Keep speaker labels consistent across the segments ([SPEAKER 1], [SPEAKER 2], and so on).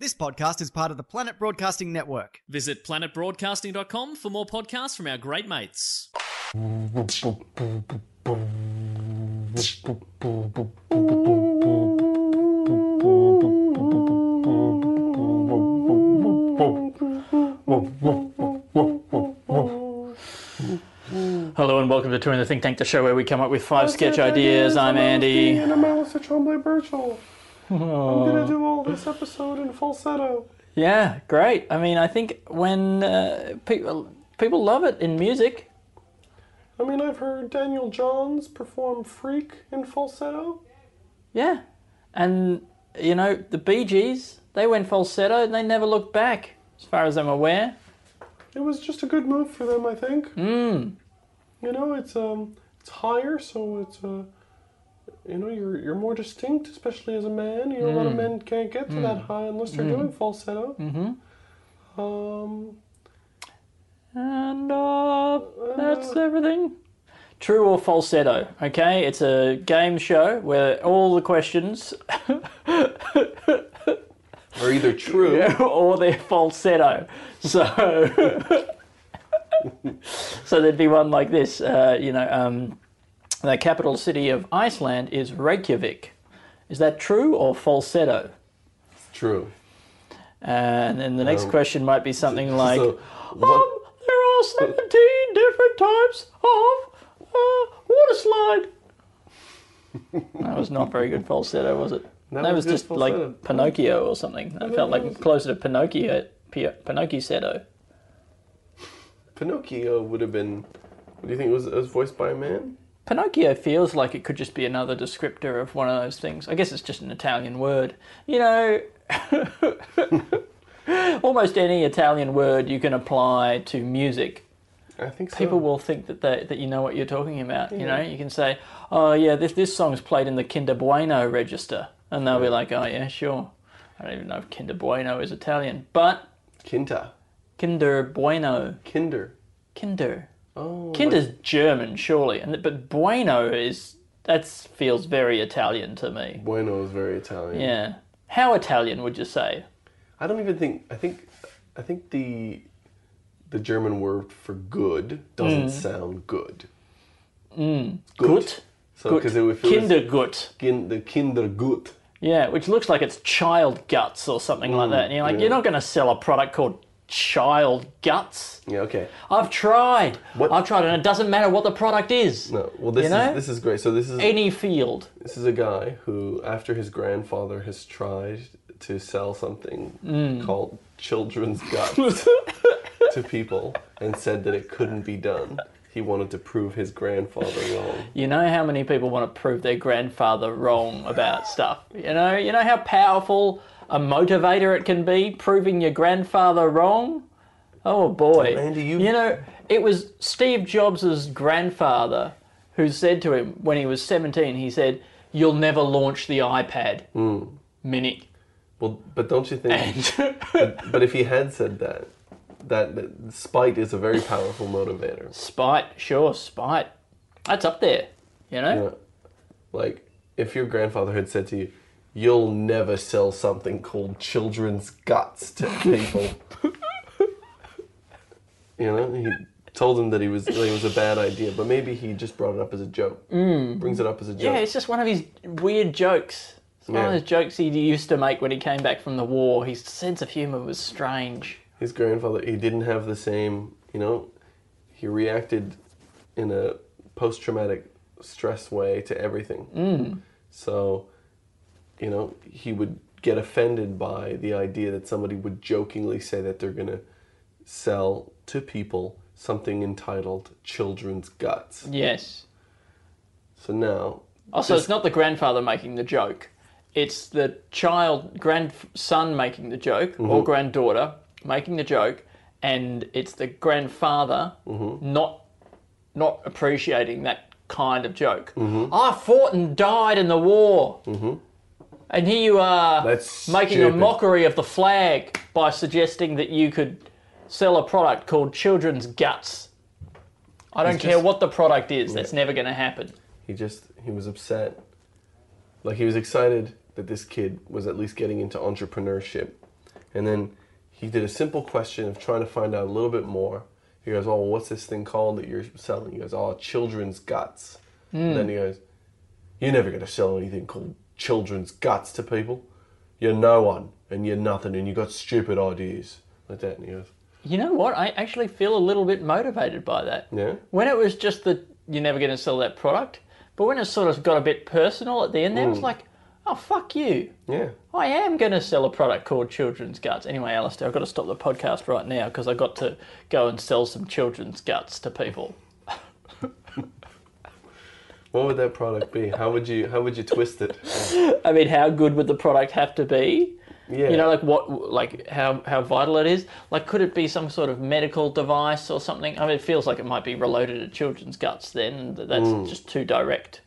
[SPEAKER 1] This podcast is part of the Planet Broadcasting Network.
[SPEAKER 2] Visit planetbroadcasting.com for more podcasts from our great mates.
[SPEAKER 3] Hello and welcome to Touring the Think Tank, the show where we come up with five sketch ideas. I'm Andy.
[SPEAKER 4] And I'm Alistair Tremblay Birchall. I'm gonna do all this episode in falsetto.
[SPEAKER 3] Yeah, great. I mean, I think when uh, people people love it in music.
[SPEAKER 4] I mean, I've heard Daniel Johns perform Freak in falsetto.
[SPEAKER 3] Yeah, and you know the Bee Gees, they went falsetto and they never looked back, as far as I'm aware.
[SPEAKER 4] It was just a good move for them, I think. You know, it's um, it's higher, so it's uh, you know, you're you're more distinct, especially as a man. You know, a lot of men can't get to that high unless they're doing falsetto. Mm-hmm. Um,
[SPEAKER 3] And uh, that's everything. True or falsetto? Okay, it's a game show where all the questions
[SPEAKER 4] are either true.
[SPEAKER 3] or they're falsetto. So, so there'd be one like this. Uh, you know, um, the capital city of Iceland is Reykjavik. Is that true or falsetto?
[SPEAKER 4] True.
[SPEAKER 3] And then the next
[SPEAKER 4] Um,
[SPEAKER 3] question might be something like,
[SPEAKER 4] so
[SPEAKER 3] um,
[SPEAKER 4] what-
[SPEAKER 3] "There are seventeen different types of uh, water slide." that was not very good falsetto, was it?
[SPEAKER 4] That
[SPEAKER 3] That,
[SPEAKER 4] was
[SPEAKER 3] was,
[SPEAKER 4] good
[SPEAKER 3] just
[SPEAKER 4] falsetto.
[SPEAKER 3] like Pinocchio or something. That felt like closer to Pinocchio, Pio, Pinocchio
[SPEAKER 4] Pinocchio would have been. What do you think it was? It was voiced by a man.
[SPEAKER 3] Pinocchio feels like it could just be another descriptor of one of those things. I guess it's just an Italian word. You know, almost any Italian word you can apply to music
[SPEAKER 4] I think so.
[SPEAKER 3] people will think that they, that you know what you're talking about. You know, you can say, "Oh yeah, this this song's played in the Kinder Bueno register," and they'll be like, "Oh yeah, sure." I don't even know if Kinder Bueno is Italian, but
[SPEAKER 4] Kinta.
[SPEAKER 3] Kinder Bueno,
[SPEAKER 4] Kinder.
[SPEAKER 3] Kinder,
[SPEAKER 4] Oh.
[SPEAKER 3] Kinder's German, surely, and but Bueno is that feels very Italian to me.
[SPEAKER 4] Bueno is very Italian.
[SPEAKER 3] Yeah, how Italian would you say?
[SPEAKER 4] I don't even think. I think. I think the the German word for good
[SPEAKER 3] Hmm.
[SPEAKER 4] doesn't sound good.
[SPEAKER 3] Gut,
[SPEAKER 4] So
[SPEAKER 3] gut,
[SPEAKER 4] because it would
[SPEAKER 3] Kindergut.
[SPEAKER 4] kin, the Kindergut.
[SPEAKER 3] Yeah, which looks like it's child guts or something like that. And you're like,
[SPEAKER 4] yeah.
[SPEAKER 3] you're not going to sell a product called child guts.
[SPEAKER 4] Yeah. Okay.
[SPEAKER 3] I've tried.
[SPEAKER 4] What-
[SPEAKER 3] I've tried, and it doesn't matter what the product is.
[SPEAKER 4] No. Well, this
[SPEAKER 3] You know?
[SPEAKER 4] is this is great. So this is
[SPEAKER 3] Any field.
[SPEAKER 4] this is a guy who, after his grandfather has tried to sell something
[SPEAKER 3] Hmm.
[SPEAKER 4] called children's guts to people and said that it couldn't be done, he wanted to prove his grandfather wrong.
[SPEAKER 3] You know how many people want to prove their grandfather wrong about stuff. You know, you know how powerful a motivator it can be proving your grandfather wrong. Oh boy!
[SPEAKER 4] Andy, you-
[SPEAKER 3] you know, it was Steve Jobs' grandfather who said to him when he was 17. He said, "You'll never launch the iPad
[SPEAKER 4] Hmm.
[SPEAKER 3] Mini."
[SPEAKER 4] Well, but don't you think? but, but if he had said that, that, that spite is a very powerful motivator.
[SPEAKER 3] Spite, sure, spite. That's up there. You know.
[SPEAKER 4] Yeah. Like, if your grandfather had said to you, "You'll never sell something called children's guts to people," you know, he told him that he was that it was a bad idea, but maybe he just brought it up as a joke. Mm. Brings it up as a joke.
[SPEAKER 3] Yeah, it's just one of his weird jokes. It's one
[SPEAKER 4] Yeah.
[SPEAKER 3] of those jokes he used to make when he came back from the war. His sense of humour was strange.
[SPEAKER 4] his grandfather he didn't have the same you know he reacted in a post-traumatic stress way to everything
[SPEAKER 3] Mm.
[SPEAKER 4] so you know he would get offended by the idea that somebody would jokingly say that they're going to sell to people something entitled children's guts
[SPEAKER 3] Yes.
[SPEAKER 4] so now
[SPEAKER 3] Also, it's not the grandfather making the joke. it's the child grandson making the joke
[SPEAKER 4] Mm-hmm.
[SPEAKER 3] or granddaughter making the joke and it's the grandfather
[SPEAKER 4] Mm-hmm.
[SPEAKER 3] not not appreciating that kind of joke
[SPEAKER 4] Mm-hmm.
[SPEAKER 3] i fought and died in the war and here you are
[SPEAKER 4] That's
[SPEAKER 3] making a
[SPEAKER 4] stupid.
[SPEAKER 3] mockery of the flag by suggesting that you could sell a product called children's guts i don't care
[SPEAKER 4] just-
[SPEAKER 3] what the product is that's never going to happen
[SPEAKER 4] He just he was upset. Like he was excited that this kid was at least getting into entrepreneurship. And then he did a simple question of trying to find out a little bit more. He goes, Oh, what's this thing called that you're selling? He goes, Oh, children's guts.
[SPEAKER 3] Hmm.
[SPEAKER 4] And then he goes, You're never gonna sell anything called children's guts to people. You're no one and you're nothing and you got stupid ideas. Like that and he goes,
[SPEAKER 3] You know what? I actually feel a little bit motivated by that.
[SPEAKER 4] Yeah?
[SPEAKER 3] When it was just that you're never going to sell that product, but when it sort of got a bit personal at the end,
[SPEAKER 4] Mm.
[SPEAKER 3] there it was like, oh fuck you.
[SPEAKER 4] Yeah.
[SPEAKER 3] I am going to sell a product called Children's Guts. Anyway, Alistair, I've got to stop the podcast right now because I got to go and sell some children's guts to people.
[SPEAKER 4] What would that product be? How would you how would you twist it?
[SPEAKER 3] I mean, how good would the product have to be?
[SPEAKER 4] Yeah.
[SPEAKER 3] You know, like what, like how how vital it is. Like, could it be some sort of medical device or something? I mean, it feels like it might be related to children's guts. Then that- that's just too direct.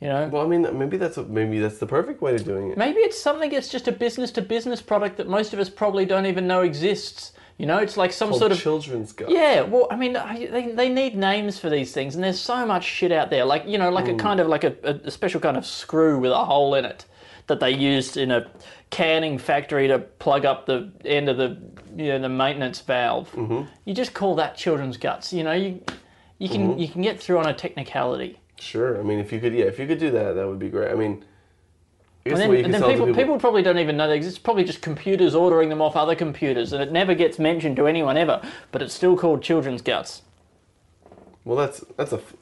[SPEAKER 3] You know,
[SPEAKER 4] Mm. Well, I mean, maybe that's a, maybe that's the perfect way to doing it.
[SPEAKER 3] maybe it's something that's just a business to business product that most of us probably don't even know exists. You know, it's like some
[SPEAKER 4] Called
[SPEAKER 3] sort of
[SPEAKER 4] children's guts.
[SPEAKER 3] yeah, well, I mean, I- they, they need names for these things, and there's so much shit out there. Like, you know, like
[SPEAKER 4] Mm.
[SPEAKER 3] a kind of like a, a- a special kind of screw with a hole in it that they used in a canning factory to plug up the end of the you know the maintenance valve.
[SPEAKER 4] Mm-hmm.
[SPEAKER 3] You just call that children's guts. You know, you you can
[SPEAKER 4] Mm-hmm.
[SPEAKER 3] you can get through on a technicality.
[SPEAKER 4] Sure. I mean, if you could, yeah, if you could do that, that would be great. I mean, I guess
[SPEAKER 3] And
[SPEAKER 4] the
[SPEAKER 3] then,
[SPEAKER 4] way you
[SPEAKER 3] and
[SPEAKER 4] could
[SPEAKER 3] then
[SPEAKER 4] sell it
[SPEAKER 3] people,
[SPEAKER 4] to
[SPEAKER 3] people
[SPEAKER 4] people,
[SPEAKER 3] probably don't even know they exist. It's probably just computers ordering them off other computers, and it never gets mentioned to anyone ever. But it's still called children's guts.
[SPEAKER 4] Well, that's that's a f-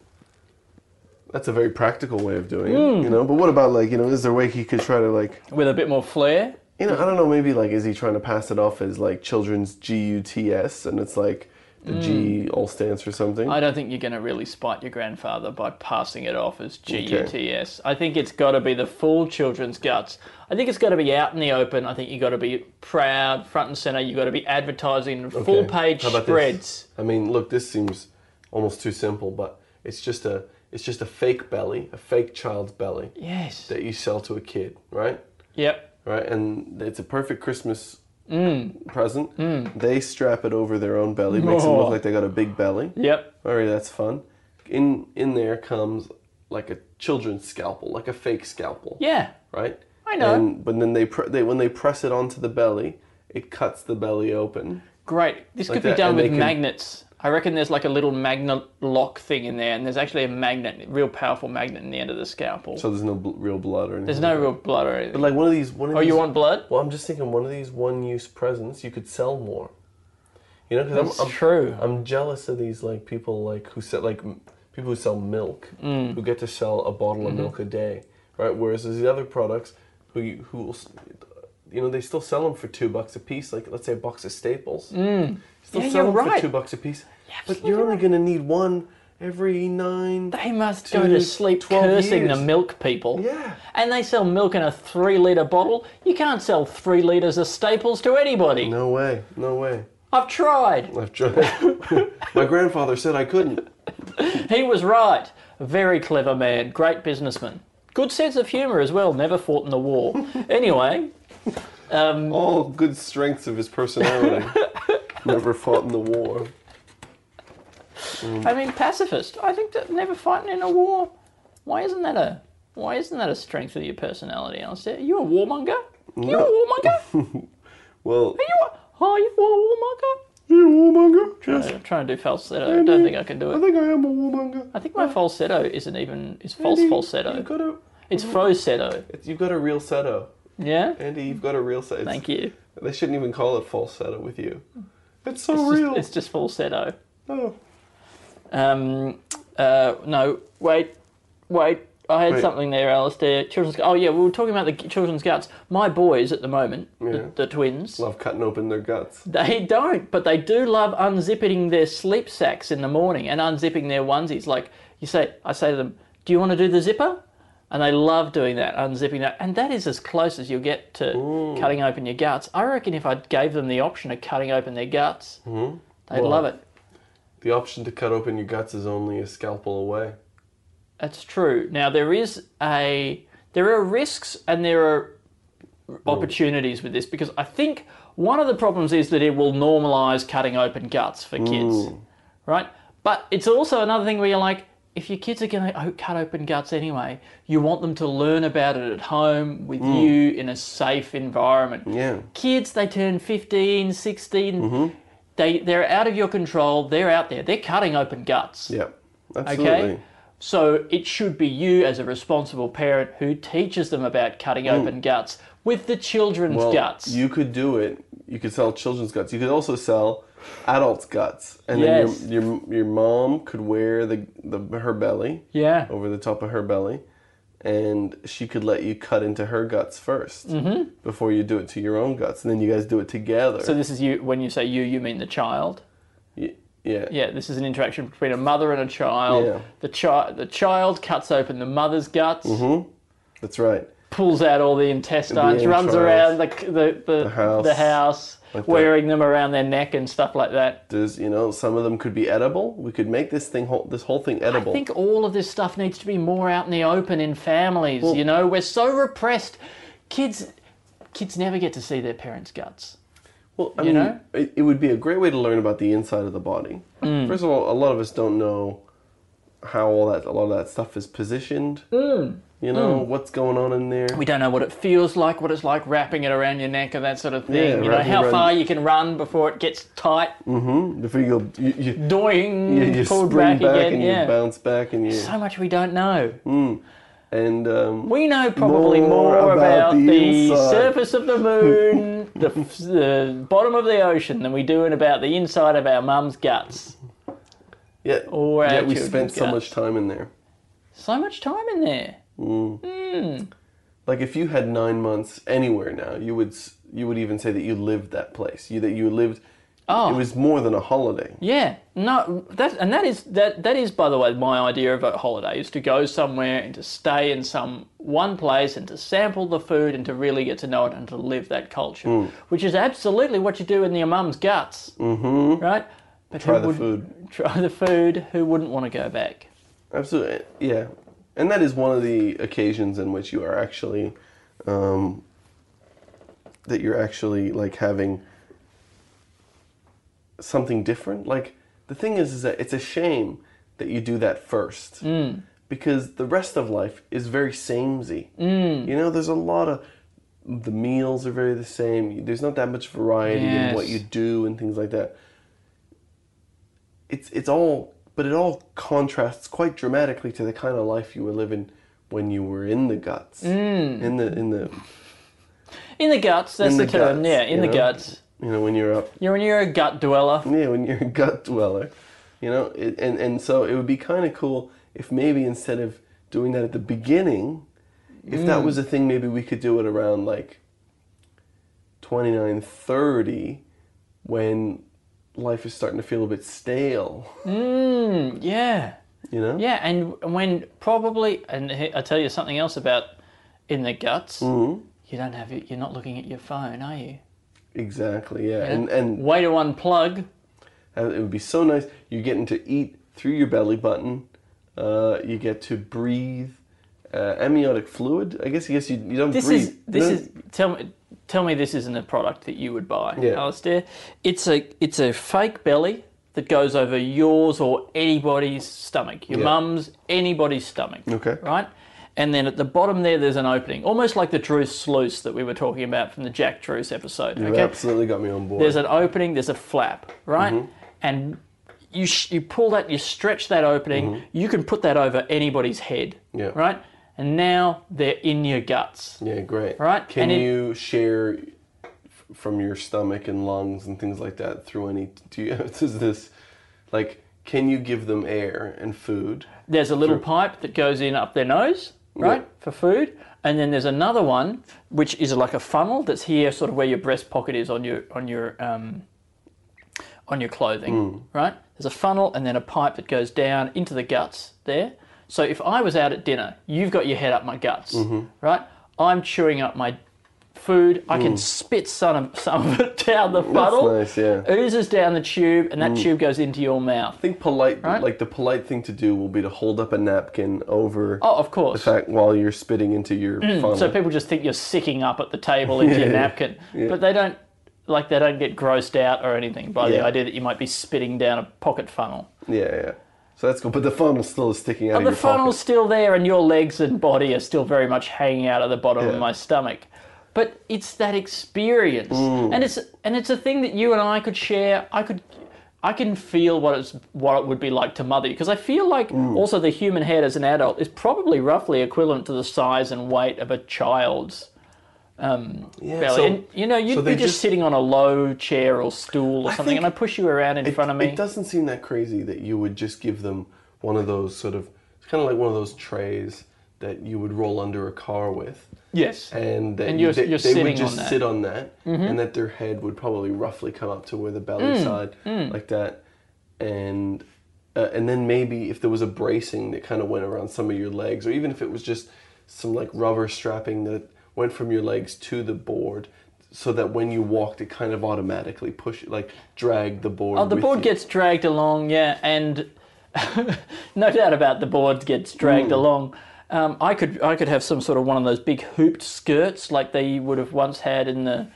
[SPEAKER 4] that's a very practical way of doing
[SPEAKER 3] Hmm.
[SPEAKER 4] it, you know. But what about like, you know, is there a way he could try to like,
[SPEAKER 3] With a bit more flair,
[SPEAKER 4] you know, I don't know, maybe like, is he trying to pass it off as like children's G U T S, and it's like the
[SPEAKER 3] Hmm.
[SPEAKER 4] G all stands for something.
[SPEAKER 3] I don't think you're going to really spite your grandfather by passing it off as GUTS. I think it's got to be the full children's guts. I think it's got to be out in the open. I think you got to be proud, front and center. you got to be advertising in full page
[SPEAKER 4] How about this?
[SPEAKER 3] spreads.
[SPEAKER 4] I mean, look, this seems almost too simple, but it's just a it's just a fake belly, a fake child's belly
[SPEAKER 3] Yes.
[SPEAKER 4] that you sell to a kid, right?
[SPEAKER 3] Yep.
[SPEAKER 4] right? And it's a perfect Christmas
[SPEAKER 3] Mm.
[SPEAKER 4] present. They strap it over their own belly, makes them
[SPEAKER 3] Oh.
[SPEAKER 4] look like they got a big belly.
[SPEAKER 3] Yep.
[SPEAKER 4] All right, that's fun. In in there comes like a children's scalpel, like a fake scalpel.
[SPEAKER 3] Yeah.
[SPEAKER 4] Right.
[SPEAKER 3] I know.
[SPEAKER 4] And, but then they, pre- they when they press it onto the belly, it cuts the belly open.
[SPEAKER 3] Great. This
[SPEAKER 4] Like
[SPEAKER 3] could be
[SPEAKER 4] that,
[SPEAKER 3] done
[SPEAKER 4] and they
[SPEAKER 3] with
[SPEAKER 4] can-
[SPEAKER 3] magnets. I reckon there's like a little magnet lock thing in there, and there's actually a magnet, real powerful magnet in the end of the scalpel.
[SPEAKER 4] So there's no bl- real blood or anything.
[SPEAKER 3] there's no real blood or anything.
[SPEAKER 4] But like one of these. One of
[SPEAKER 3] oh,
[SPEAKER 4] these,
[SPEAKER 3] you want blood?
[SPEAKER 4] Well, I'm just thinking one of these one-use presents you could sell more. You know, because
[SPEAKER 3] That's
[SPEAKER 4] I'm, I'm
[SPEAKER 3] true.
[SPEAKER 4] I'm jealous of these like people like who sell like m- people who sell milk
[SPEAKER 3] Mm.
[SPEAKER 4] who get to sell a bottle of
[SPEAKER 3] Mm-hmm.
[SPEAKER 4] milk a day, right? Whereas there's the other products who you- who will s- you know they still sell them for two bucks a piece. Like let's say a box of staples, still
[SPEAKER 3] Mm. Yeah,
[SPEAKER 4] sell
[SPEAKER 3] you're
[SPEAKER 4] them
[SPEAKER 3] right.
[SPEAKER 4] for two bucks a piece. but you're only gonna need one every nine.
[SPEAKER 3] They must
[SPEAKER 4] to
[SPEAKER 3] go to sleep
[SPEAKER 4] 12
[SPEAKER 3] cursing
[SPEAKER 4] years.
[SPEAKER 3] the milk people.
[SPEAKER 4] Yeah.
[SPEAKER 3] And they sell milk in a three litre bottle. You can't sell three litres of staples to anybody.
[SPEAKER 4] No way, no way.
[SPEAKER 3] I've tried.
[SPEAKER 4] I've tried. My grandfather said I couldn't.
[SPEAKER 3] He was right. A very clever man, great businessman. Good sense of humour as well, never fought in the war. anyway,
[SPEAKER 4] All good strengths of his personality. Never fought in the war.
[SPEAKER 3] I mean, pacifist. I think that never fighting in a war. Why isn't that a. Why isn't that a strength of your personality, Alistair? Are you a warmonger? You a warmonger? you
[SPEAKER 4] Well,
[SPEAKER 3] a, are you a
[SPEAKER 4] you a warmonger? Yes.
[SPEAKER 3] warmonger? I'm trying to do falsetto. I don't think I can do it.
[SPEAKER 4] I think I am a warmonger.
[SPEAKER 3] I think my falsetto isn't even is false
[SPEAKER 4] Andy, You've
[SPEAKER 3] falsetto.
[SPEAKER 4] got a,
[SPEAKER 3] It's falsetto.
[SPEAKER 4] you've got a real setto.
[SPEAKER 3] Yeah.
[SPEAKER 4] Andy, you've got a real setto.
[SPEAKER 3] Thank you.
[SPEAKER 4] They shouldn't even call it falsetto with you. It's so
[SPEAKER 3] It's
[SPEAKER 4] real.
[SPEAKER 3] just, it's just falsetto.
[SPEAKER 4] oh.
[SPEAKER 3] Um, uh, no, wait, wait. I had
[SPEAKER 4] Wait.
[SPEAKER 3] something there, Alistair. Children's. Oh yeah, we were talking about the g- children's guts. My boys at the moment,
[SPEAKER 4] Yeah.
[SPEAKER 3] the, the twins.
[SPEAKER 4] Love cutting open their guts.
[SPEAKER 3] They don't, but they do love unzipping their sleep sacks in the morning and unzipping their onesies. Like you say, I say to them, "Do you want to do the zipper?" And they love doing that, unzipping that. And that is as close as you'll get to cutting open your guts. I reckon if I gave them the option of cutting open their guts, they'd
[SPEAKER 4] Well-
[SPEAKER 3] love it.
[SPEAKER 4] The option to cut open your guts is only a scalpel away.
[SPEAKER 3] That's true. Now there is a there are risks and there are opportunities with this because I think one of the problems is that it will normalize cutting open guts for kids, right? But it's also another thing where you're like, if your kids are going to cut open guts anyway, you want them to learn about it at home with you in a safe environment.
[SPEAKER 4] Yeah.
[SPEAKER 3] Kids, they turn 15, 16, they, they're out of your control, they're out there, they're cutting open guts.
[SPEAKER 4] Yeah. Absolutely.
[SPEAKER 3] Okay? So it should be you as a responsible parent who teaches them about cutting open guts with the children's
[SPEAKER 4] Mm. Well,
[SPEAKER 3] guts.
[SPEAKER 4] You could do it. You could sell children's guts. You could also sell adults' guts, and
[SPEAKER 3] Yes.
[SPEAKER 4] then your, your your mom could wear the, the her belly
[SPEAKER 3] yeah.
[SPEAKER 4] over the top of her belly, and she could let you cut into her guts 1st before you do it to your own guts, and then you guys do it together.
[SPEAKER 3] Mm-hmm. So this is you when you say you, you mean the child.
[SPEAKER 4] Y- yeah.
[SPEAKER 3] Yeah, this is an interaction between a mother and a child.
[SPEAKER 4] Yeah.
[SPEAKER 3] The child the child cuts open the mother's guts,
[SPEAKER 4] That's right.
[SPEAKER 3] pulls out all the intestines,
[SPEAKER 4] Mm-hmm. The
[SPEAKER 3] runs
[SPEAKER 4] entrails.
[SPEAKER 3] around the the, the,
[SPEAKER 4] house.
[SPEAKER 3] the house,
[SPEAKER 4] Like that.
[SPEAKER 3] wearing them around their neck and stuff like that.
[SPEAKER 4] There's you know some of them could be edible. We could make this thing whole, this whole thing edible.
[SPEAKER 3] I think all of this stuff needs to be more out in the open in families. you know, we're so repressed. Kids, kids never get to see their parents' guts.
[SPEAKER 4] Well, I
[SPEAKER 3] You
[SPEAKER 4] mean,
[SPEAKER 3] know?
[SPEAKER 4] it, it would be a great way to learn about the inside of the body.
[SPEAKER 3] Mm.
[SPEAKER 4] First of all, a lot of us don't know how all that a lot of that stuff is positioned.
[SPEAKER 3] Mm.
[SPEAKER 4] You know what's going on in there.
[SPEAKER 3] We don't know what it feels like, what it's like wrapping it around your neck and that sort of
[SPEAKER 4] Yeah,
[SPEAKER 3] thing. you know,
[SPEAKER 4] wrapping
[SPEAKER 3] how
[SPEAKER 4] around-
[SPEAKER 3] far you can run before it gets tight.
[SPEAKER 4] Before you go, you, you,
[SPEAKER 3] Doing,
[SPEAKER 4] you, you
[SPEAKER 3] pulled
[SPEAKER 4] spring
[SPEAKER 3] Mm. back,
[SPEAKER 4] back,
[SPEAKER 3] again.
[SPEAKER 4] and you
[SPEAKER 3] Yeah.
[SPEAKER 4] bounce back and you
[SPEAKER 3] So much we don't know.
[SPEAKER 4] and um,
[SPEAKER 3] We know probably
[SPEAKER 4] More
[SPEAKER 3] more,
[SPEAKER 4] about
[SPEAKER 3] about,
[SPEAKER 4] the
[SPEAKER 3] the,
[SPEAKER 4] inside.
[SPEAKER 3] surface of the moon, the, f- the bottom of the ocean, than we do in about the inside of our mum's guts.
[SPEAKER 4] yet,
[SPEAKER 3] all our
[SPEAKER 4] yet we
[SPEAKER 3] children's
[SPEAKER 4] spent so
[SPEAKER 3] guts.
[SPEAKER 4] much time in there.
[SPEAKER 3] So much time in there.
[SPEAKER 4] Like if you had nine months anywhere now, you would s- you would even say that you lived that place. You that you lived.
[SPEAKER 3] Oh.
[SPEAKER 4] It was more than a holiday.
[SPEAKER 3] Yeah, no, that and that is that that is by the way my idea of a holiday is to go somewhere and to stay in some one place and to sample the food and to really get to know it and to live that culture,
[SPEAKER 4] Mm.
[SPEAKER 3] which is absolutely what you do in your mum's guts, mm-hmm. right? But
[SPEAKER 4] Try
[SPEAKER 3] who
[SPEAKER 4] the
[SPEAKER 3] would-
[SPEAKER 4] food.
[SPEAKER 3] Try the food. Who wouldn't want to go back?
[SPEAKER 4] Absolutely, yeah. And that is one of the occasions in which you are actually, um, that you're actually like having something different. Like the thing is, is that it's a shame that you do that first, because the rest of life is very samey. Mm. You know, there's a lot of the meals are very the same. There's not that much variety in what
[SPEAKER 3] Yes.
[SPEAKER 4] you do and things like that it's it's all but it all contrasts quite dramatically to the kind of life you were living when you were in the guts in the in the
[SPEAKER 3] In the guts. That's
[SPEAKER 4] In
[SPEAKER 3] the,
[SPEAKER 4] the
[SPEAKER 3] term.
[SPEAKER 4] guts,
[SPEAKER 3] yeah, in
[SPEAKER 4] you
[SPEAKER 3] the
[SPEAKER 4] know?
[SPEAKER 3] guts.
[SPEAKER 4] you know when you're up
[SPEAKER 3] You're you're a gut dweller.
[SPEAKER 4] yeah when you're a gut dweller you know it, and and so it would be kind of cool if maybe instead of doing that at the beginning if that was a thing maybe we could do it around like 29 30 when life is starting to feel a bit stale
[SPEAKER 3] Yeah.
[SPEAKER 4] you know
[SPEAKER 3] Yeah, and when probably, and he- I tell you something else about in the guts.
[SPEAKER 4] Mm-hmm.
[SPEAKER 3] You don't have your- you're not looking at your phone, are you?
[SPEAKER 4] exactly yeah, and and
[SPEAKER 3] Way to unplug.
[SPEAKER 4] Uh, It would be so nice. You're getting to eat through your belly button. Uh, you get to breathe uh, amniotic fluid. I guess. I guess you, you don't
[SPEAKER 3] This
[SPEAKER 4] breathe.
[SPEAKER 3] is this
[SPEAKER 4] No.
[SPEAKER 3] is tell me tell me this isn't a product that you would buy,
[SPEAKER 4] Yeah.
[SPEAKER 3] Alistair. It's a it's a fake belly that goes over yours or anybody's stomach, your
[SPEAKER 4] Yeah.
[SPEAKER 3] mum's, anybody's stomach.
[SPEAKER 4] Okay.
[SPEAKER 3] Right. And then at the bottom there, there's an opening, almost like the Drew sluice that we were talking about from the Jack Drews episode.
[SPEAKER 4] You've
[SPEAKER 3] okay?
[SPEAKER 4] absolutely got me on board.
[SPEAKER 3] there's an opening, there's a flap, right? And you sh- you pull that, you stretch that opening. You can put that over anybody's head,
[SPEAKER 4] Yeah.
[SPEAKER 3] right? And now they're in your guts.
[SPEAKER 4] yeah, great.
[SPEAKER 3] Right,
[SPEAKER 4] Can
[SPEAKER 3] and it-
[SPEAKER 4] you share f- from your stomach and lungs and things like that through any? Do you? Is this like? Can you give them air and food?
[SPEAKER 3] There's a little pipe that goes in up their nose, right, for food. And then there's another one which is like a funnel that's here, sort of where your breast pocket is on your on your
[SPEAKER 4] Hmm.
[SPEAKER 3] um, on your clothing, right? There's a funnel and then a pipe that goes down into the guts there, So if I was out at dinner, you've got your head up my guts,
[SPEAKER 4] Mm-hmm.
[SPEAKER 3] right? I'm chewing up my food. I can spit some of, some of it down the funnel.
[SPEAKER 4] Mm. nice, yeah. Mm.
[SPEAKER 3] Oozes down the tube, and that tube goes into your mouth.
[SPEAKER 4] I think polite,
[SPEAKER 3] Right?
[SPEAKER 4] like the polite thing to do, will be to hold up a napkin over
[SPEAKER 3] Oh, of
[SPEAKER 4] the
[SPEAKER 3] course. Mm,
[SPEAKER 4] fact while you're spitting into your funnel.
[SPEAKER 3] So people just think you're sicking up at the table into your napkin, but they don't like they don't get grossed out or anything by the
[SPEAKER 4] Yeah.
[SPEAKER 3] idea that you might be spitting down a pocket funnel.
[SPEAKER 4] yeah, yeah. So that's cool, but the funnel still is sticking out of
[SPEAKER 3] But Oh, the
[SPEAKER 4] your pocket.
[SPEAKER 3] funnel's still there, and your legs and body are still very much hanging out at the bottom of
[SPEAKER 4] Yeah.
[SPEAKER 3] my stomach. But it's that experience,
[SPEAKER 4] Mm.
[SPEAKER 3] and it's and it's a thing that you and I could share. I could, I can feel what it's what it would be like to mother you because I feel like
[SPEAKER 4] Mm.
[SPEAKER 3] also the human head as an adult is probably roughly equivalent to the size and weight of a child's.
[SPEAKER 4] Yeah,
[SPEAKER 3] belly.
[SPEAKER 4] so-
[SPEAKER 3] and you know, you'd
[SPEAKER 4] so
[SPEAKER 3] be
[SPEAKER 4] they
[SPEAKER 3] just, sitting on a low chair or stool or
[SPEAKER 4] I think
[SPEAKER 3] something, and I push you around in
[SPEAKER 4] it,
[SPEAKER 3] front of me.
[SPEAKER 4] It doesn't seem that crazy that you would just give them one of those sort of, it's kind of like one of those trays that you would roll under a car with.
[SPEAKER 3] yes,
[SPEAKER 4] And that
[SPEAKER 3] And
[SPEAKER 4] you-
[SPEAKER 3] you're-
[SPEAKER 4] they,
[SPEAKER 3] you're
[SPEAKER 4] they
[SPEAKER 3] sitting
[SPEAKER 4] would
[SPEAKER 3] on
[SPEAKER 4] just
[SPEAKER 3] that. Mm-hmm.
[SPEAKER 4] sit on that, and that their head would probably roughly come up to where the belly
[SPEAKER 3] Mm.
[SPEAKER 4] side, like that, and uh, and then maybe if there was a bracing that kind of went around some of your legs, or even if it was just some like rubber strapping that went from your legs to the board, so that when you walked, it kind of automatically pushed, like dragged the board.
[SPEAKER 3] Oh, the
[SPEAKER 4] with
[SPEAKER 3] board
[SPEAKER 4] you.
[SPEAKER 3] gets dragged along, yeah, and no doubt about the board gets dragged
[SPEAKER 4] Mm.
[SPEAKER 3] along. Um, I could I could have some sort of one of those big hooped skirts like they would have once had in the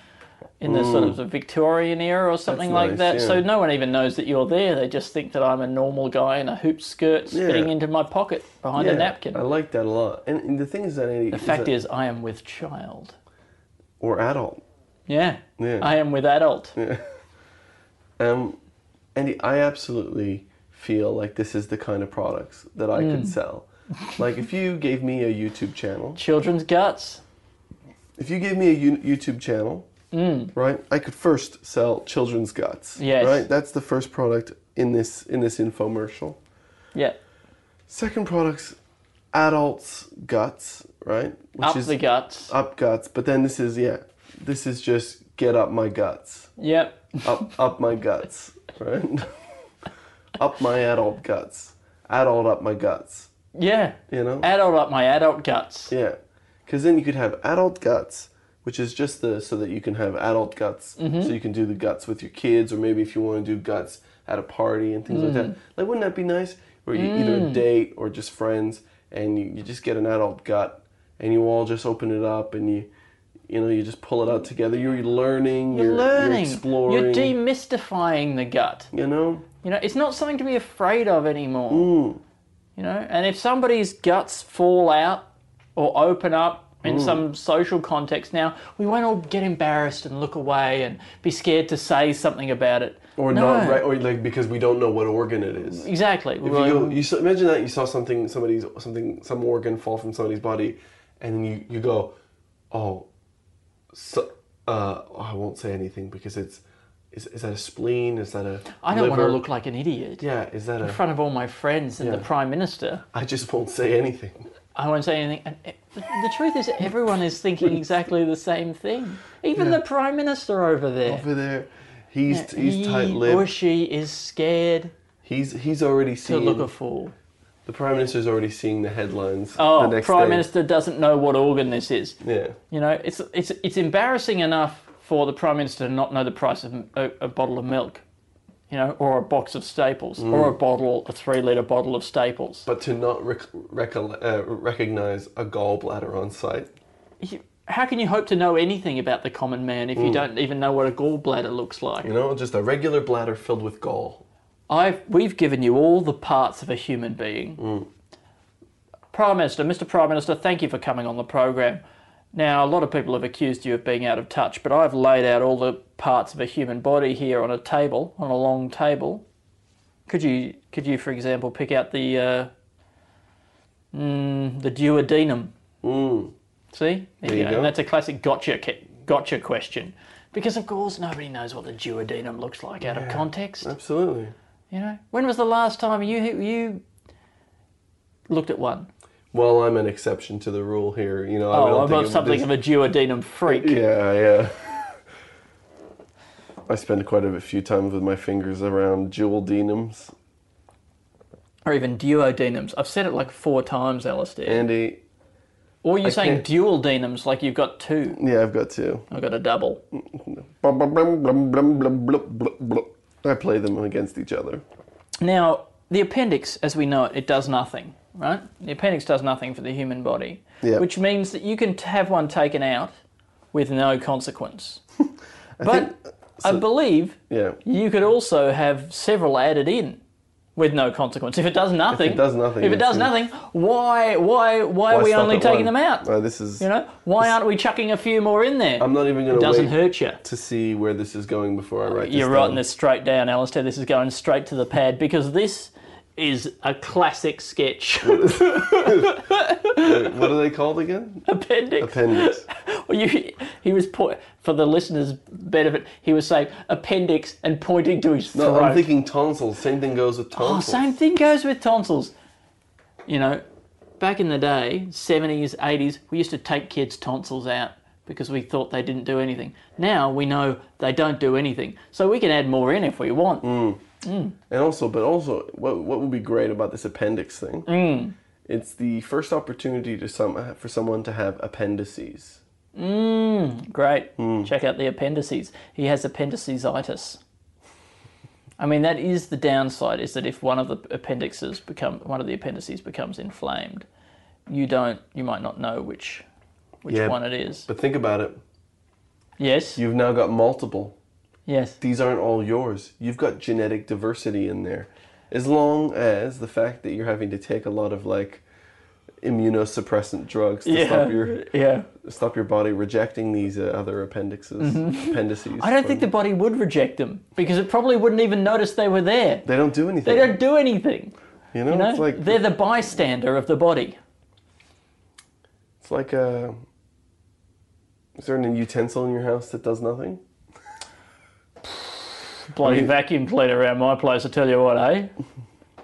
[SPEAKER 3] in the sort of the Victorian era or something like
[SPEAKER 4] Mm. nice,
[SPEAKER 3] that. So
[SPEAKER 4] yeah.
[SPEAKER 3] no one even knows that you're there. They just think that I'm a normal guy in a hooped skirt spitting
[SPEAKER 4] Yeah.
[SPEAKER 3] into my pocket behind a
[SPEAKER 4] Yeah,
[SPEAKER 3] napkin.
[SPEAKER 4] I like that a lot. And, and the thing is that Andy,
[SPEAKER 3] the fact
[SPEAKER 4] that
[SPEAKER 3] is, I am with child.
[SPEAKER 4] we're adult.
[SPEAKER 3] Yeah.
[SPEAKER 4] Yeah.
[SPEAKER 3] I am with adult.
[SPEAKER 4] Um, Andy, I absolutely feel like this is the kind of products that I
[SPEAKER 3] Hmm.
[SPEAKER 4] could sell. Like if you gave me a YouTube channel,
[SPEAKER 3] Children's guts.
[SPEAKER 4] if you gave me a you- YouTube channel, right? I could first sell children's guts.
[SPEAKER 3] Hmm. Yes.
[SPEAKER 4] Right. That's the first product in this in this infomercial.
[SPEAKER 3] Yeah.
[SPEAKER 4] Second products, adults guts, right? Which
[SPEAKER 3] Up the guts.
[SPEAKER 4] Up guts. But then this is yeah, this is just get up my guts.
[SPEAKER 3] Yep.
[SPEAKER 4] up up my guts, right? up my adult guts. Adult up my guts,
[SPEAKER 3] Yeah.
[SPEAKER 4] you know?
[SPEAKER 3] Adult up my adult guts.
[SPEAKER 4] yeah. Cuz then you could have adult guts, which is just the so that you can have adult guts so you can do the guts with your kids or maybe if you want to do guts at a party and things like that. Like wouldn't that be nice? Where you either a date or just friends and you, you just get an adult gut and you all just open it up and you you know, you just pull it out together. You're learning, you're,
[SPEAKER 3] You're learning.
[SPEAKER 4] you're exploring,
[SPEAKER 3] You're demystifying the gut.
[SPEAKER 4] you know?
[SPEAKER 3] You know, it's not something to be afraid of anymore.
[SPEAKER 4] Mm.
[SPEAKER 3] You know, and if somebody's guts fall out or open up in
[SPEAKER 4] Mm.
[SPEAKER 3] some social context now, we won't all get embarrassed and look away and be scared to say something about it.
[SPEAKER 4] or
[SPEAKER 3] no.
[SPEAKER 4] not right or like because we don't know what organ it is if
[SPEAKER 3] Exactly.
[SPEAKER 4] you go you saw, imagine that you saw something somebody's something some organ fall from somebody's body and you you go oh so, uh, i won't say anything because it's is, is that a spleen is that a
[SPEAKER 3] I don't want to
[SPEAKER 4] liver?
[SPEAKER 3] look like an idiot
[SPEAKER 4] yeah is that
[SPEAKER 3] in
[SPEAKER 4] a
[SPEAKER 3] front of all my friends and the Prime Minister.
[SPEAKER 4] i just won't say anything
[SPEAKER 3] I won't say anything. And it- the the truth is, everyone is thinking exactly the same thing. Even the prime minister over there.
[SPEAKER 4] over there he's he's
[SPEAKER 3] He
[SPEAKER 4] tight-lipped
[SPEAKER 3] or she is scared
[SPEAKER 4] he's he's already
[SPEAKER 3] to
[SPEAKER 4] seeing
[SPEAKER 3] look a fool.
[SPEAKER 4] the prime minister's already seeing the headlines the
[SPEAKER 3] Oh,
[SPEAKER 4] next
[SPEAKER 3] prime
[SPEAKER 4] day.
[SPEAKER 3] minister doesn't know what organ this is.
[SPEAKER 4] yeah
[SPEAKER 3] You know, it's it's it's embarrassing enough for the prime minister to not know the price of a, a bottle of milk, you know, or a box of staples,
[SPEAKER 4] Mm.
[SPEAKER 3] or a bottle, a three-liter bottle of staples.
[SPEAKER 4] but to not rec- recolle- uh, recognize a gallbladder on site
[SPEAKER 3] You- How can you hope to know anything about the common man if
[SPEAKER 4] Mm.
[SPEAKER 3] you don't even know what a gallbladder looks like?
[SPEAKER 4] You know, just a regular bladder filled with gall.
[SPEAKER 3] I've, we've given you all the parts of a human being. Prime Minister, Mr. Prime Minister, thank you for coming on the program. Now, a lot of people have accused you of being out of touch, but I've laid out all the parts of a human body here on a table, on a long table. Could you, could you, for example, pick out the uh, mm, the duodenum? See, Mm. there, you, go. And that's a classic gotcha ca- gotcha question, because of course nobody knows what the duodenum looks like out of context.
[SPEAKER 4] Absolutely.
[SPEAKER 3] You know, when was the last time you you looked at one?
[SPEAKER 4] Well, I'm an exception to the rule here. You know, I
[SPEAKER 3] Oh,
[SPEAKER 4] don't
[SPEAKER 3] I'm
[SPEAKER 4] think
[SPEAKER 3] not
[SPEAKER 4] of
[SPEAKER 3] something
[SPEAKER 4] this-
[SPEAKER 3] of a duodenum freak.
[SPEAKER 4] Yeah, yeah. I spend quite a few times with my fingers around jewel denums.
[SPEAKER 3] or even duodenums. I've said it like four times, LSD.
[SPEAKER 4] Andy,
[SPEAKER 3] or you're saying
[SPEAKER 4] can't-
[SPEAKER 3] dual denums, like you've got two.
[SPEAKER 4] yeah, I've got two.
[SPEAKER 3] I've got a double.
[SPEAKER 4] Blum, blum, blum, blum, blum, blum, blum, blum, blum. I play them against each other.
[SPEAKER 3] Now, the appendix, as we know it, it does nothing, right? The appendix does nothing for the human body,
[SPEAKER 4] Yeah.
[SPEAKER 3] which means that you can t- have one taken out with no consequence. but
[SPEAKER 4] uh,
[SPEAKER 3] I believe
[SPEAKER 4] Yeah.
[SPEAKER 3] you could also have several added in with no consequence. If it does nothing,
[SPEAKER 4] it does nothing,
[SPEAKER 3] If it
[SPEAKER 4] it's
[SPEAKER 3] does
[SPEAKER 4] in-
[SPEAKER 3] nothing, why, why, why, are
[SPEAKER 4] Why
[SPEAKER 3] we
[SPEAKER 4] stop
[SPEAKER 3] only
[SPEAKER 4] at
[SPEAKER 3] taking
[SPEAKER 4] one?
[SPEAKER 3] them out?
[SPEAKER 4] Uh, this is.
[SPEAKER 3] you know, why aren't we chucking a few more in there?
[SPEAKER 4] I'm not even going
[SPEAKER 3] it
[SPEAKER 4] to
[SPEAKER 3] doesn't
[SPEAKER 4] wait
[SPEAKER 3] hurt you.
[SPEAKER 4] to see where this is going before I write.
[SPEAKER 3] You're
[SPEAKER 4] this
[SPEAKER 3] writing
[SPEAKER 4] down.
[SPEAKER 3] this straight down, Alistair. This is going straight to the pad because this is a classic sketch
[SPEAKER 4] What are they called again?
[SPEAKER 3] appendix.
[SPEAKER 4] Appendix.
[SPEAKER 3] Well, you, he was po- for the listeners' benefit. He was saying appendix and pointing to his
[SPEAKER 4] No,
[SPEAKER 3] throat.
[SPEAKER 4] I'm thinking tonsils. Same thing goes with
[SPEAKER 3] Oh,
[SPEAKER 4] tonsils.
[SPEAKER 3] same thing goes with tonsils. You know, back in the day, 70s, 80s, we used to take kids' tonsils out because we thought they didn't do anything. Now we know they don't do anything, so we can add more in if we want.
[SPEAKER 4] Mm. And also, but also, what what would be great about this appendix thing?
[SPEAKER 3] Mm.
[SPEAKER 4] It's the first opportunity to some for someone to have appendices.
[SPEAKER 3] Great.
[SPEAKER 4] Mm.
[SPEAKER 3] Check out the appendices. He has appendicitis. I mean, that is the downside. Is that if one of the appendixes become one of the appendices becomes inflamed, you don't, you might not know which, which
[SPEAKER 4] Yeah,
[SPEAKER 3] one it is.
[SPEAKER 4] But think about it.
[SPEAKER 3] yes.
[SPEAKER 4] You've now got multiple.
[SPEAKER 3] yes.
[SPEAKER 4] These aren't all yours. You've got genetic diversity in there. As long as the fact that you're having to take a lot of like immunosuppressant drugs to stop your
[SPEAKER 3] yeah.
[SPEAKER 4] stop your body rejecting these uh, other appendixes appendices.
[SPEAKER 3] Mm-hmm. I don't think the
[SPEAKER 4] from-
[SPEAKER 3] body would reject them because it probably wouldn't even notice they were there.
[SPEAKER 4] they don't do anything.
[SPEAKER 3] They don't do anything.
[SPEAKER 4] you know,
[SPEAKER 3] You know,
[SPEAKER 4] it's like
[SPEAKER 3] they're the bystander of the body.
[SPEAKER 4] It's like a. Is there an utensil in your house that does nothing?
[SPEAKER 3] Bloody vacuum cleaner around my place, I tell you what, eh?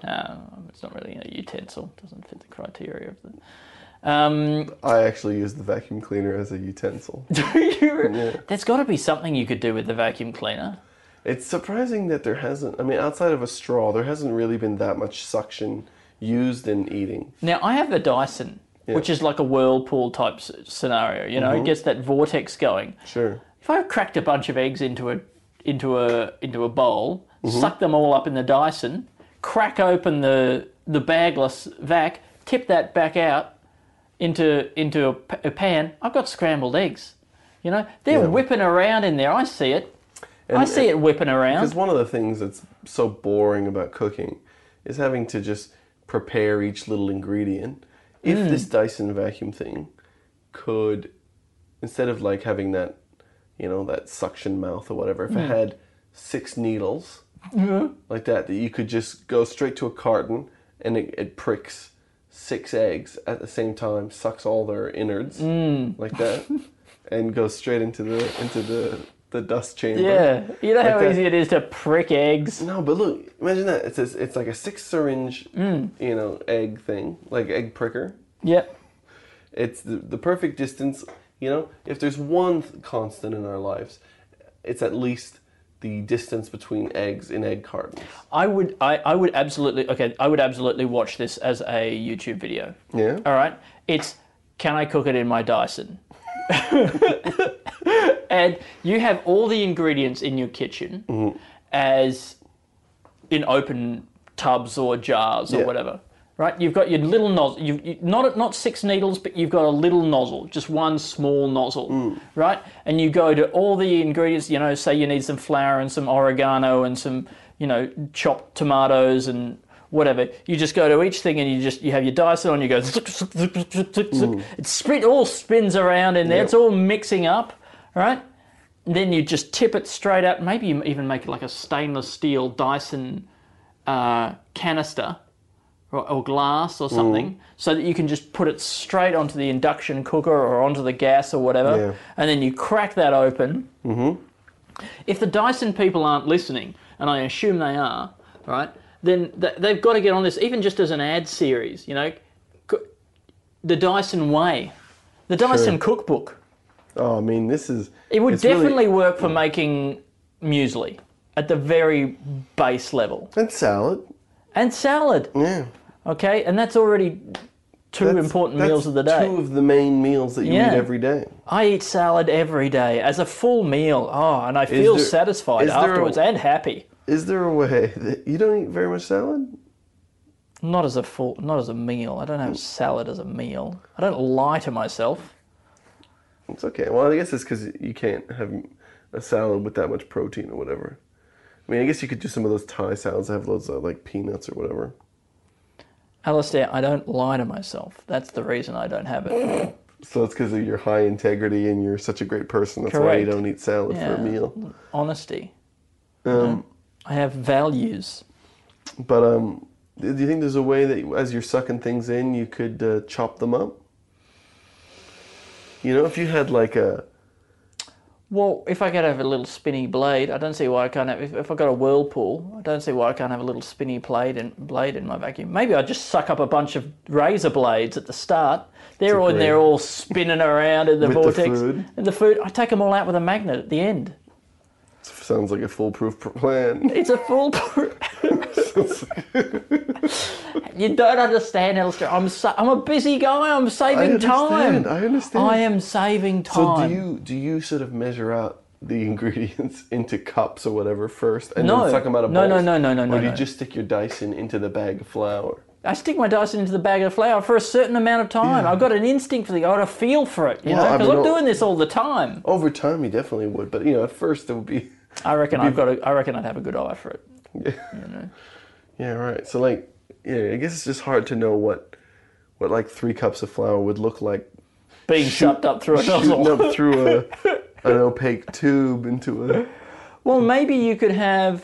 [SPEAKER 3] Um, it's not really a utensil. Doesn't fit the criteria of the. Um,
[SPEAKER 4] I actually use the vacuum cleaner as a utensil.
[SPEAKER 3] do you- There's got to be something you could do with the vacuum cleaner.
[SPEAKER 4] it's surprising that there hasn't. I mean, outside of a straw, there hasn't really been that much suction used in eating.
[SPEAKER 3] Now I have a Dyson, which is like a whirlpool type s- scenario. You know,
[SPEAKER 4] Uh-huh.
[SPEAKER 3] it gets that vortex going.
[SPEAKER 4] Sure.
[SPEAKER 3] if I cracked a bunch of eggs into a into a into a bowl,
[SPEAKER 4] Mm-hmm.
[SPEAKER 3] suck them all up in the Dyson, crack open the the bagless vac, tip that back out into into a, p- a pan, I've got scrambled eggs. You know, they're
[SPEAKER 4] Yeah.
[SPEAKER 3] whipping around in there. I see it. I see it whipping around.
[SPEAKER 4] Because one of the things that's so boring about cooking is having to just prepare each little ingredient. If
[SPEAKER 3] Mm.
[SPEAKER 4] this Dyson vacuum thing could, instead of like having that, you know, that suction mouth or whatever, if
[SPEAKER 3] Mm.
[SPEAKER 4] it had six needles
[SPEAKER 3] Mm-hmm.
[SPEAKER 4] like that, that you could just go straight to a carton and it, it pricks six eggs at the same time, sucks all their innards
[SPEAKER 3] Mm.
[SPEAKER 4] like that, and goes straight into the into the the dust chamber.
[SPEAKER 3] Yeah, you know how
[SPEAKER 4] that.
[SPEAKER 3] easy it is to prick eggs.
[SPEAKER 4] No, but look, imagine that. It's a, it's like a six syringe,
[SPEAKER 3] Mm.
[SPEAKER 4] you know, egg thing, like egg pricker.
[SPEAKER 3] Yep.
[SPEAKER 4] It's the, the perfect distance. You know, if there's one th- constant in our lives, it's at least the distance between eggs in egg cartons.
[SPEAKER 3] I would I, I would absolutely okay, I would absolutely watch this as a YouTube video.
[SPEAKER 4] Yeah.
[SPEAKER 3] All right. It's can I cook it in my Dyson? and you have all the ingredients in your kitchen as in open tubs or jars or
[SPEAKER 4] Yeah.
[SPEAKER 3] whatever. Right? You've got your little nozzle. You've, you, not not six needles, but you've got a little nozzle, just one small nozzle, right? And you go to all the ingredients. You know, say you need some flour and some oregano and some, you know, chopped tomatoes and whatever. You just go to each thing and you just you have your Dyson on. You go, zuck, zuck, zuck, zuck, zuck, zuck. it spin all spins around in there. It's all mixing up, right? then you just tip it straight up. Maybe you even make it like a stainless steel Dyson uh, canister or, or glass or something, so that you can just put it straight onto the induction cooker or onto the gas or whatever,
[SPEAKER 4] Yeah.
[SPEAKER 3] and then you crack that open. Mm-hmm. If the Dyson people aren't listening, and I assume they are, right? Then th- they've got to get on this, even just as an ad series. You know, Co- the Dyson Way, the Dyson Cookbook.
[SPEAKER 4] Oh, I mean, this is.
[SPEAKER 3] It would
[SPEAKER 4] it's really- Mm.
[SPEAKER 3] definitely work for making muesli at the very base level
[SPEAKER 4] and salad.
[SPEAKER 3] and salad.
[SPEAKER 4] Yeah.
[SPEAKER 3] Okay, and that's already two
[SPEAKER 4] That's-
[SPEAKER 3] important
[SPEAKER 4] that's
[SPEAKER 3] meals of the day.
[SPEAKER 4] Two of the main meals that you
[SPEAKER 3] Yeah.
[SPEAKER 4] eat every day.
[SPEAKER 3] I eat salad every day as a full meal. Oh, and I feel
[SPEAKER 4] there-
[SPEAKER 3] satisfied
[SPEAKER 4] is there a-
[SPEAKER 3] afterwards and happy.
[SPEAKER 4] Is there a way that you don't eat very much salad?
[SPEAKER 3] Not as a full, not as a meal. I don't have salad as a meal. I don't lie to myself.
[SPEAKER 4] It's okay. Well, I guess it's because you can't have a salad with that much protein or whatever. I mean, I guess you could do some of those Thai salads that have loads of like peanuts or whatever.
[SPEAKER 3] Alistair, I don't lie to myself. That's the reason I don't have it.
[SPEAKER 4] So it's because of your high integrity and you're such a great person. That's why you
[SPEAKER 3] Correct.
[SPEAKER 4] don't eat salad for
[SPEAKER 3] Yeah.
[SPEAKER 4] a meal.
[SPEAKER 3] Honesty.
[SPEAKER 4] Um,
[SPEAKER 3] I have values.
[SPEAKER 4] But um, do you think there's a way that as you're sucking things in, you could uh, chop them up? You know, if you had like a
[SPEAKER 3] Well, if I could have a little spinny blade, I don't see why I can't have. If, if I got a whirlpool, I don't see why I can't have a little spinny blade in, blade in my vacuum. Maybe I just suck up a bunch of razor blades at the start. They're all in there,
[SPEAKER 4] great.
[SPEAKER 3] all spinning around in the
[SPEAKER 4] With the
[SPEAKER 3] vortex.
[SPEAKER 4] food.
[SPEAKER 3] And the food, I take them all out with a magnet at the end.
[SPEAKER 4] sounds like a foolproof plan.
[SPEAKER 3] It's a full. you don't understand, Alistair. I'm sa- I'm a busy guy. I'm saving
[SPEAKER 4] understand,
[SPEAKER 3] time.
[SPEAKER 4] I understand.
[SPEAKER 3] I am saving
[SPEAKER 4] so
[SPEAKER 3] time.
[SPEAKER 4] do you do you sort of measure out the ingredients into cups or whatever first, and
[SPEAKER 3] No.
[SPEAKER 4] then suck them out of
[SPEAKER 3] No,
[SPEAKER 4] bowls?
[SPEAKER 3] no, no, no, no,
[SPEAKER 4] Or
[SPEAKER 3] no,
[SPEAKER 4] do you
[SPEAKER 3] no.
[SPEAKER 4] just stick your Dyson into the bag of flour?
[SPEAKER 3] I stick my Dyson into the bag of flour for a certain amount of time. I've got an instinct for the, I've got a feel for it, you
[SPEAKER 4] Well,
[SPEAKER 3] know,
[SPEAKER 4] I
[SPEAKER 3] because
[SPEAKER 4] mean, uh,
[SPEAKER 3] I'm
[SPEAKER 4] no-
[SPEAKER 3] doing this all the time.
[SPEAKER 4] Over time, you definitely would, but you know, at first it would be.
[SPEAKER 3] I reckon I've got, a, I reckon I'd have a good eye for it.
[SPEAKER 4] Yeah, right. So like, yeah, I guess it's just hard to know what, what like three cups of flour would look like
[SPEAKER 3] Being shoved up through a
[SPEAKER 4] shooting
[SPEAKER 3] nozzle.
[SPEAKER 4] up through a, an opaque tube into a.
[SPEAKER 3] Well, maybe you could have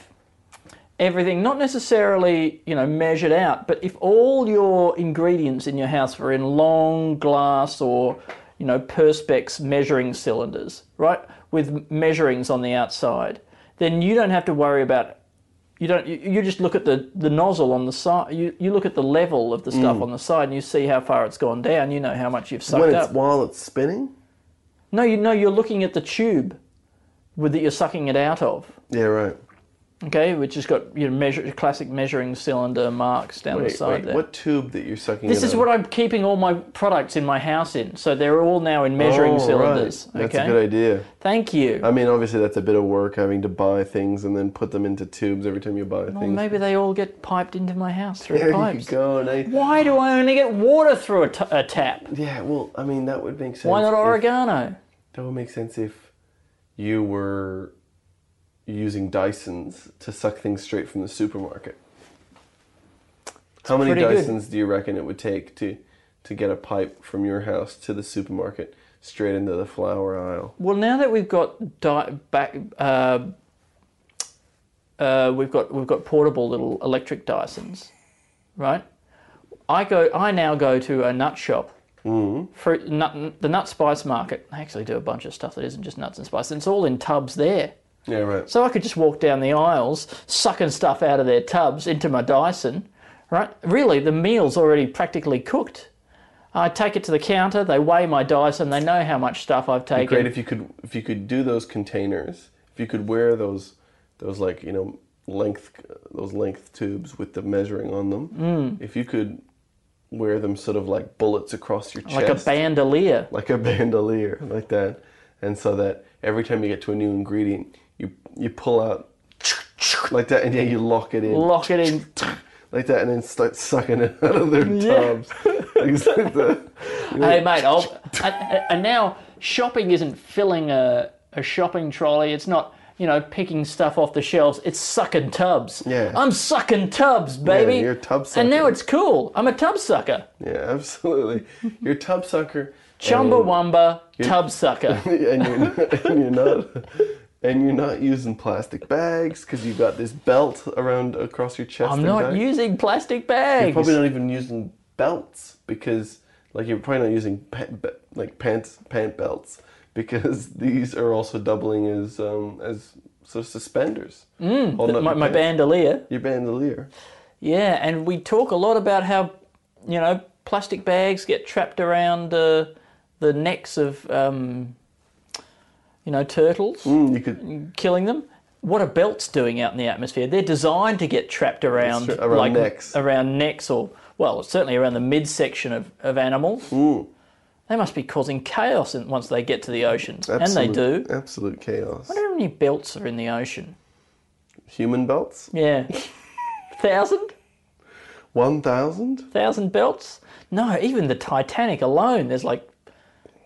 [SPEAKER 3] everything, not necessarily, you know, measured out, but if all your ingredients in your house were in long glass or, you know, perspex measuring cylinders, right, with measurings on the outside, then you don't have to worry about you don't you, you just look at the, the nozzle on the side you, you look at the level of the stuff on the side and you see how far it's gone down you know how much you've sucked
[SPEAKER 4] Mm. When
[SPEAKER 3] up
[SPEAKER 4] it's while it's spinning.
[SPEAKER 3] no you know you're looking at the tube with that you're sucking it out of
[SPEAKER 4] Yeah, right.
[SPEAKER 3] Okay, which has got your measure, classic measuring cylinder marks down the
[SPEAKER 4] Wait,
[SPEAKER 3] side
[SPEAKER 4] wait,
[SPEAKER 3] there.
[SPEAKER 4] what tube that you're sucking?
[SPEAKER 3] This
[SPEAKER 4] it
[SPEAKER 3] is
[SPEAKER 4] out of?
[SPEAKER 3] what I'm keeping all my products in my house in, so they're all now in measuring
[SPEAKER 4] Oh, right.
[SPEAKER 3] cylinders.
[SPEAKER 4] That's
[SPEAKER 3] okay,
[SPEAKER 4] a good idea.
[SPEAKER 3] thank you.
[SPEAKER 4] I mean, obviously, that's a bit of work having to buy things and then put them into tubes every time you buy
[SPEAKER 3] Well,
[SPEAKER 4] things.
[SPEAKER 3] maybe they all get piped into my house through
[SPEAKER 4] there
[SPEAKER 3] pipes.
[SPEAKER 4] you go. Nice.
[SPEAKER 3] Why do I only get water through a, t- a tap?
[SPEAKER 4] Yeah, well, I mean, that would make sense.
[SPEAKER 3] Why not
[SPEAKER 4] if-
[SPEAKER 3] oregano?
[SPEAKER 4] that would make sense if you were using Dysons to suck things straight from the supermarket. How many
[SPEAKER 3] pretty good.
[SPEAKER 4] Dysons do you reckon it would take to to get a pipe from your house to the supermarket straight into the flour aisle?
[SPEAKER 3] Well, now that we've got di- back, uh, uh, we've got we've got portable little electric Dysons, right? I go. I now go to a nut shop. Fruit, nut, the nut spice market. They actually do a bunch of stuff that isn't just nuts and spices. and It's all in tubs there,
[SPEAKER 4] Yeah, right.
[SPEAKER 3] so I could just walk down the aisles, sucking stuff out of their tubs into my Dyson, right? Really, the meal's already practically cooked. I take it to the counter. They weigh my Dyson. They know how much stuff I've taken.
[SPEAKER 4] great if you could if you could do those containers if you could wear those those like you know length those length tubes with the measuring on them
[SPEAKER 3] Mm.
[SPEAKER 4] if you could wear them sort of like bullets across your chest
[SPEAKER 3] like a bandolier.
[SPEAKER 4] like a bandolier like that and so that every time you get to a new ingredient you you pull out like that and yeah you lock it in
[SPEAKER 3] Lock it in.
[SPEAKER 4] like that and then start sucking it out of their tubs It's like that.
[SPEAKER 3] hey, mate. I'll, and, and now shopping isn't filling a, a shopping trolley. It's not, you know, picking stuff off the shelves. It's sucking tubs.
[SPEAKER 4] Yeah.
[SPEAKER 3] I'm sucking tubs, baby.
[SPEAKER 4] you're a tub
[SPEAKER 3] And now
[SPEAKER 4] sucker.
[SPEAKER 3] it's cool. I'm a tub sucker.
[SPEAKER 4] yeah absolutely your tub sucker and-
[SPEAKER 3] Chumbawamba tub sucker.
[SPEAKER 4] and you're not, and you're not and you're not using plastic bags because you've got this belt around across your chest.
[SPEAKER 3] I'm
[SPEAKER 4] and
[SPEAKER 3] not
[SPEAKER 4] back.
[SPEAKER 3] using plastic
[SPEAKER 4] You're
[SPEAKER 3] bags.
[SPEAKER 4] probably not even using belts because like you're probably not using pa- ba- like pants pant belts because these are also doubling as um, as sort of suspenders. Mm,
[SPEAKER 3] my, my bandolier.
[SPEAKER 4] Your bandolier.
[SPEAKER 3] Yeah, and we talk a lot about how, you know, plastic bags get trapped around uh, the necks of, um, you know, turtles,
[SPEAKER 4] Mm, you could
[SPEAKER 3] killing them. what are belts doing out in the atmosphere? They're designed to get trapped around,
[SPEAKER 4] That's true, around
[SPEAKER 3] like,
[SPEAKER 4] necks.
[SPEAKER 3] around necks or well, certainly around the midsection of, of animals. They must be causing chaos in, once they get to the oceans, and they do.
[SPEAKER 4] Absolute- Absolute chaos.
[SPEAKER 3] I wonder how many belts are in the ocean.
[SPEAKER 4] Human belts?
[SPEAKER 3] Yeah, thousand,
[SPEAKER 4] 1,000?
[SPEAKER 3] thousand belts. No, even the Titanic alone, there's like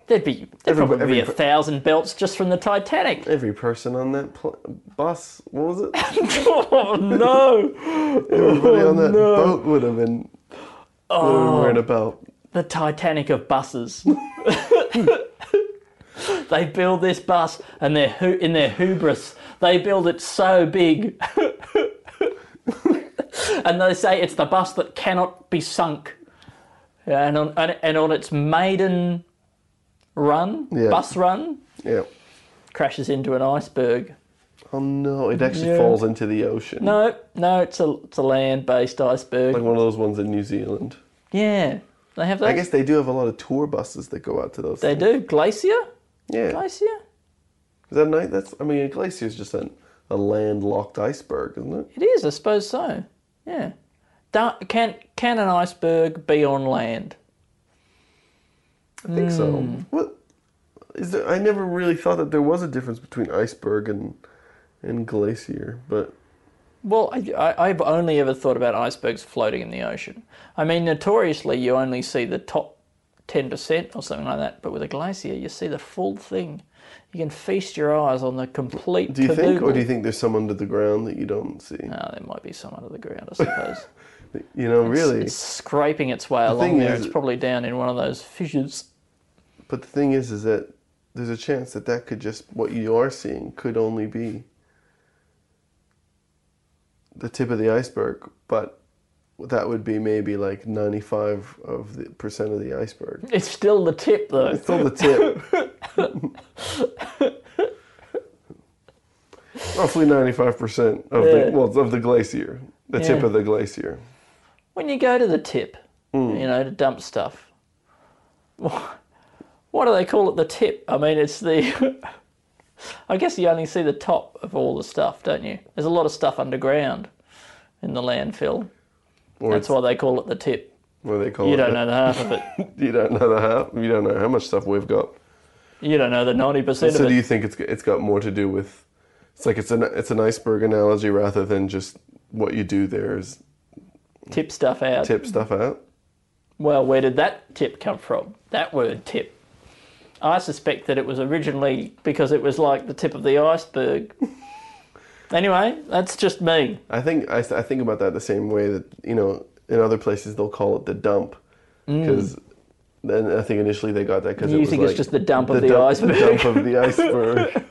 [SPEAKER 3] there'd be there'd
[SPEAKER 4] Every-
[SPEAKER 3] probably be a
[SPEAKER 4] every-
[SPEAKER 3] thousand belts just from the Titanic.
[SPEAKER 4] Every person on that pl- bus, what was it?
[SPEAKER 3] oh no,
[SPEAKER 4] Everybody on that
[SPEAKER 3] Oh,
[SPEAKER 4] boat would have been would have been wearing a belt.
[SPEAKER 3] the Titanic of buses. they build this bus, and their hu- in their hubris, they build it so big, and they say it's the bus that cannot be sunk. And on and, and on its maiden run,
[SPEAKER 4] Yeah.
[SPEAKER 3] bus run,
[SPEAKER 4] Yeah.
[SPEAKER 3] crashes into an iceberg.
[SPEAKER 4] Oh no, it actually
[SPEAKER 3] Yeah.
[SPEAKER 4] falls into the ocean.
[SPEAKER 3] No, no, it's a it's a land-based iceberg.
[SPEAKER 4] Like one of those ones in New Zealand.
[SPEAKER 3] yeah, they have that.
[SPEAKER 4] I guess they do have a lot of tour buses that go out to those.
[SPEAKER 3] they
[SPEAKER 4] things.
[SPEAKER 3] do glacier,
[SPEAKER 4] Yeah.
[SPEAKER 3] glacier.
[SPEAKER 4] Is that night? That's I mean, a glacier is just an, a landlocked iceberg, isn't it?
[SPEAKER 3] It is, I suppose so. Yeah. Da- can can an iceberg be on land?
[SPEAKER 4] I think so.
[SPEAKER 3] Hmm.
[SPEAKER 4] What is there? I never really thought that there was a difference between iceberg and and glacier, but
[SPEAKER 3] Well, I, I, I've only ever thought about icebergs floating in the ocean. I mean, notoriously, you only see the top ten percent or something like that, but with a glacier, you see the full thing. You can feast your eyes on the complete.
[SPEAKER 4] do you think, or
[SPEAKER 3] caboodle.
[SPEAKER 4] do you think there's some under the ground that you don't see?
[SPEAKER 3] No, there might be some under the ground, I suppose.
[SPEAKER 4] You know, really.
[SPEAKER 3] It's scraping its way along
[SPEAKER 4] thing
[SPEAKER 3] there.
[SPEAKER 4] is-
[SPEAKER 3] it's probably down in one of those fissures.
[SPEAKER 4] But the thing is, is that there's a chance that that could just what you are seeing could only be the tip of the iceberg, but that would be maybe like 95 of the percent of the iceberg.
[SPEAKER 3] It's still the tip, though.
[SPEAKER 4] It's still the tip. Roughly 95% of
[SPEAKER 3] Yeah.
[SPEAKER 4] the well of the glacier, the tip
[SPEAKER 3] Yeah.
[SPEAKER 4] of the glacier.
[SPEAKER 3] when you go to the tip,
[SPEAKER 4] Hmm.
[SPEAKER 3] you know, to dump stuff, what do they call it? The tip? I mean, it's the. I guess you only see the top of all the stuff, don't you? There's a lot of stuff underground in the landfill.
[SPEAKER 4] Or
[SPEAKER 3] That's
[SPEAKER 4] it's-
[SPEAKER 3] why they call it the tip.
[SPEAKER 4] what do they call
[SPEAKER 3] You
[SPEAKER 4] it?
[SPEAKER 3] don't know the half of it.
[SPEAKER 4] You don't know the half. You don't know how much stuff we've got.
[SPEAKER 3] You don't know the 90%
[SPEAKER 4] So
[SPEAKER 3] of
[SPEAKER 4] do
[SPEAKER 3] it.
[SPEAKER 4] you think it's it's got more to do with it's like it's an it's an iceberg analogy rather than just what you do there is
[SPEAKER 3] Tip stuff out.
[SPEAKER 4] tip stuff out.
[SPEAKER 3] Well, where did that tip come from? That word tip. I suspect that it was originally because it was like the tip of the iceberg. anyway, that's just me.
[SPEAKER 4] I think I, I think about that the same way that you know in other places they'll call it the dump because then I think initially they got that because
[SPEAKER 3] Mm. You
[SPEAKER 4] it was
[SPEAKER 3] think it's
[SPEAKER 4] like
[SPEAKER 3] just the dump of the iceberg.
[SPEAKER 4] dump of the iceberg.